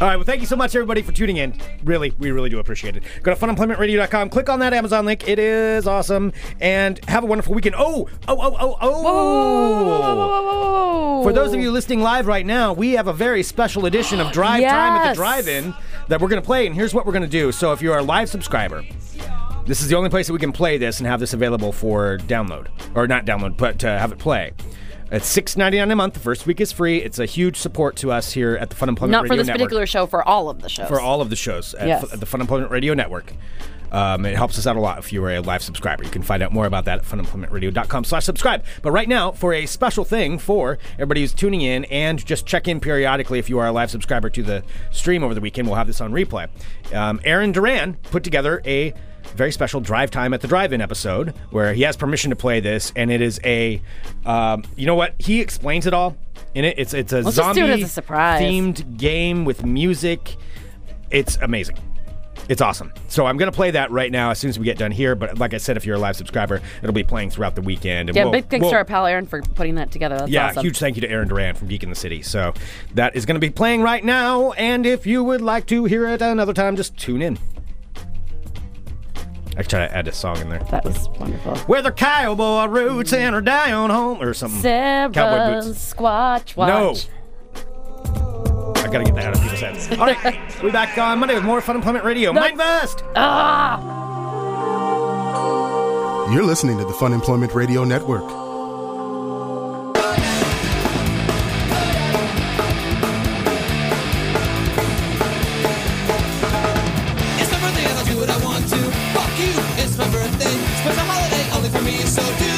F: All right, well, thank you so much, everybody, for tuning in. Really, we really do appreciate it. Go to funemploymentradio.com, click on that Amazon link. It is awesome. And have a wonderful weekend. Oh, oh, oh, oh, oh. For those of you listening live right now, we have a very special edition of Drive Time at the
G: Yes.
F: Drive In that we're going to play, and here's what we're going to do. So, if you're a live subscriber, This is the only place that we can play this and have this available for download, or not download, but to have it play. It's six ninety nine a month. The first week is free. It's a huge support to us here at the Fun Employment
G: Not
F: Radio
G: for this
F: Network.
G: particular show, for all of the shows.
F: for all of the shows at,
G: Yes.
F: F- at the Fun Employment Radio Network. Um, it helps us out a lot if you are a live subscriber. You can find out more about that at funemploymentradio.com slash subscribe. But right now, for a special thing for everybody who's tuning in and just check in periodically if you are a live subscriber to the stream over the weekend, we'll have this on replay. Um, Aaron Duran put together a very special drive time at the drive-in episode where he has permission to play this and it is a um, you know what he explains it all in it it's it's a
G: Let's just
F: zombie
G: do it as a surprise.
F: themed game with music it's amazing. It's awesome. So I'm going to play that right now as soon as we get done here. But like I said, if you're a live subscriber, it'll be playing throughout the weekend. And
G: yeah,
F: we'll-
G: big thanks
F: we'll-
G: to our pal Aaron for putting that together. That's
F: yeah,
G: awesome.
F: huge thank you to Aaron Duran from Geek in the City. So that is going to be playing right now. And if you would like to hear it another time, just tune in. I try to add a song in there.
G: That was wonderful.
F: Where the cowboy roots and her down home or something.
G: Sarah
F: Cowboy boots.
G: Squatch Watch.
F: No. I gotta get that out of people's heads. All right, we'll be back on Monday with more Fun Employment Radio.
G: That's-
F: Mindvest!
A: You're listening to the Fun Employment Radio Network.
C: It's my birthday and I'll do what I want to. Fuck you, it's my birthday. Special holiday only for me, so do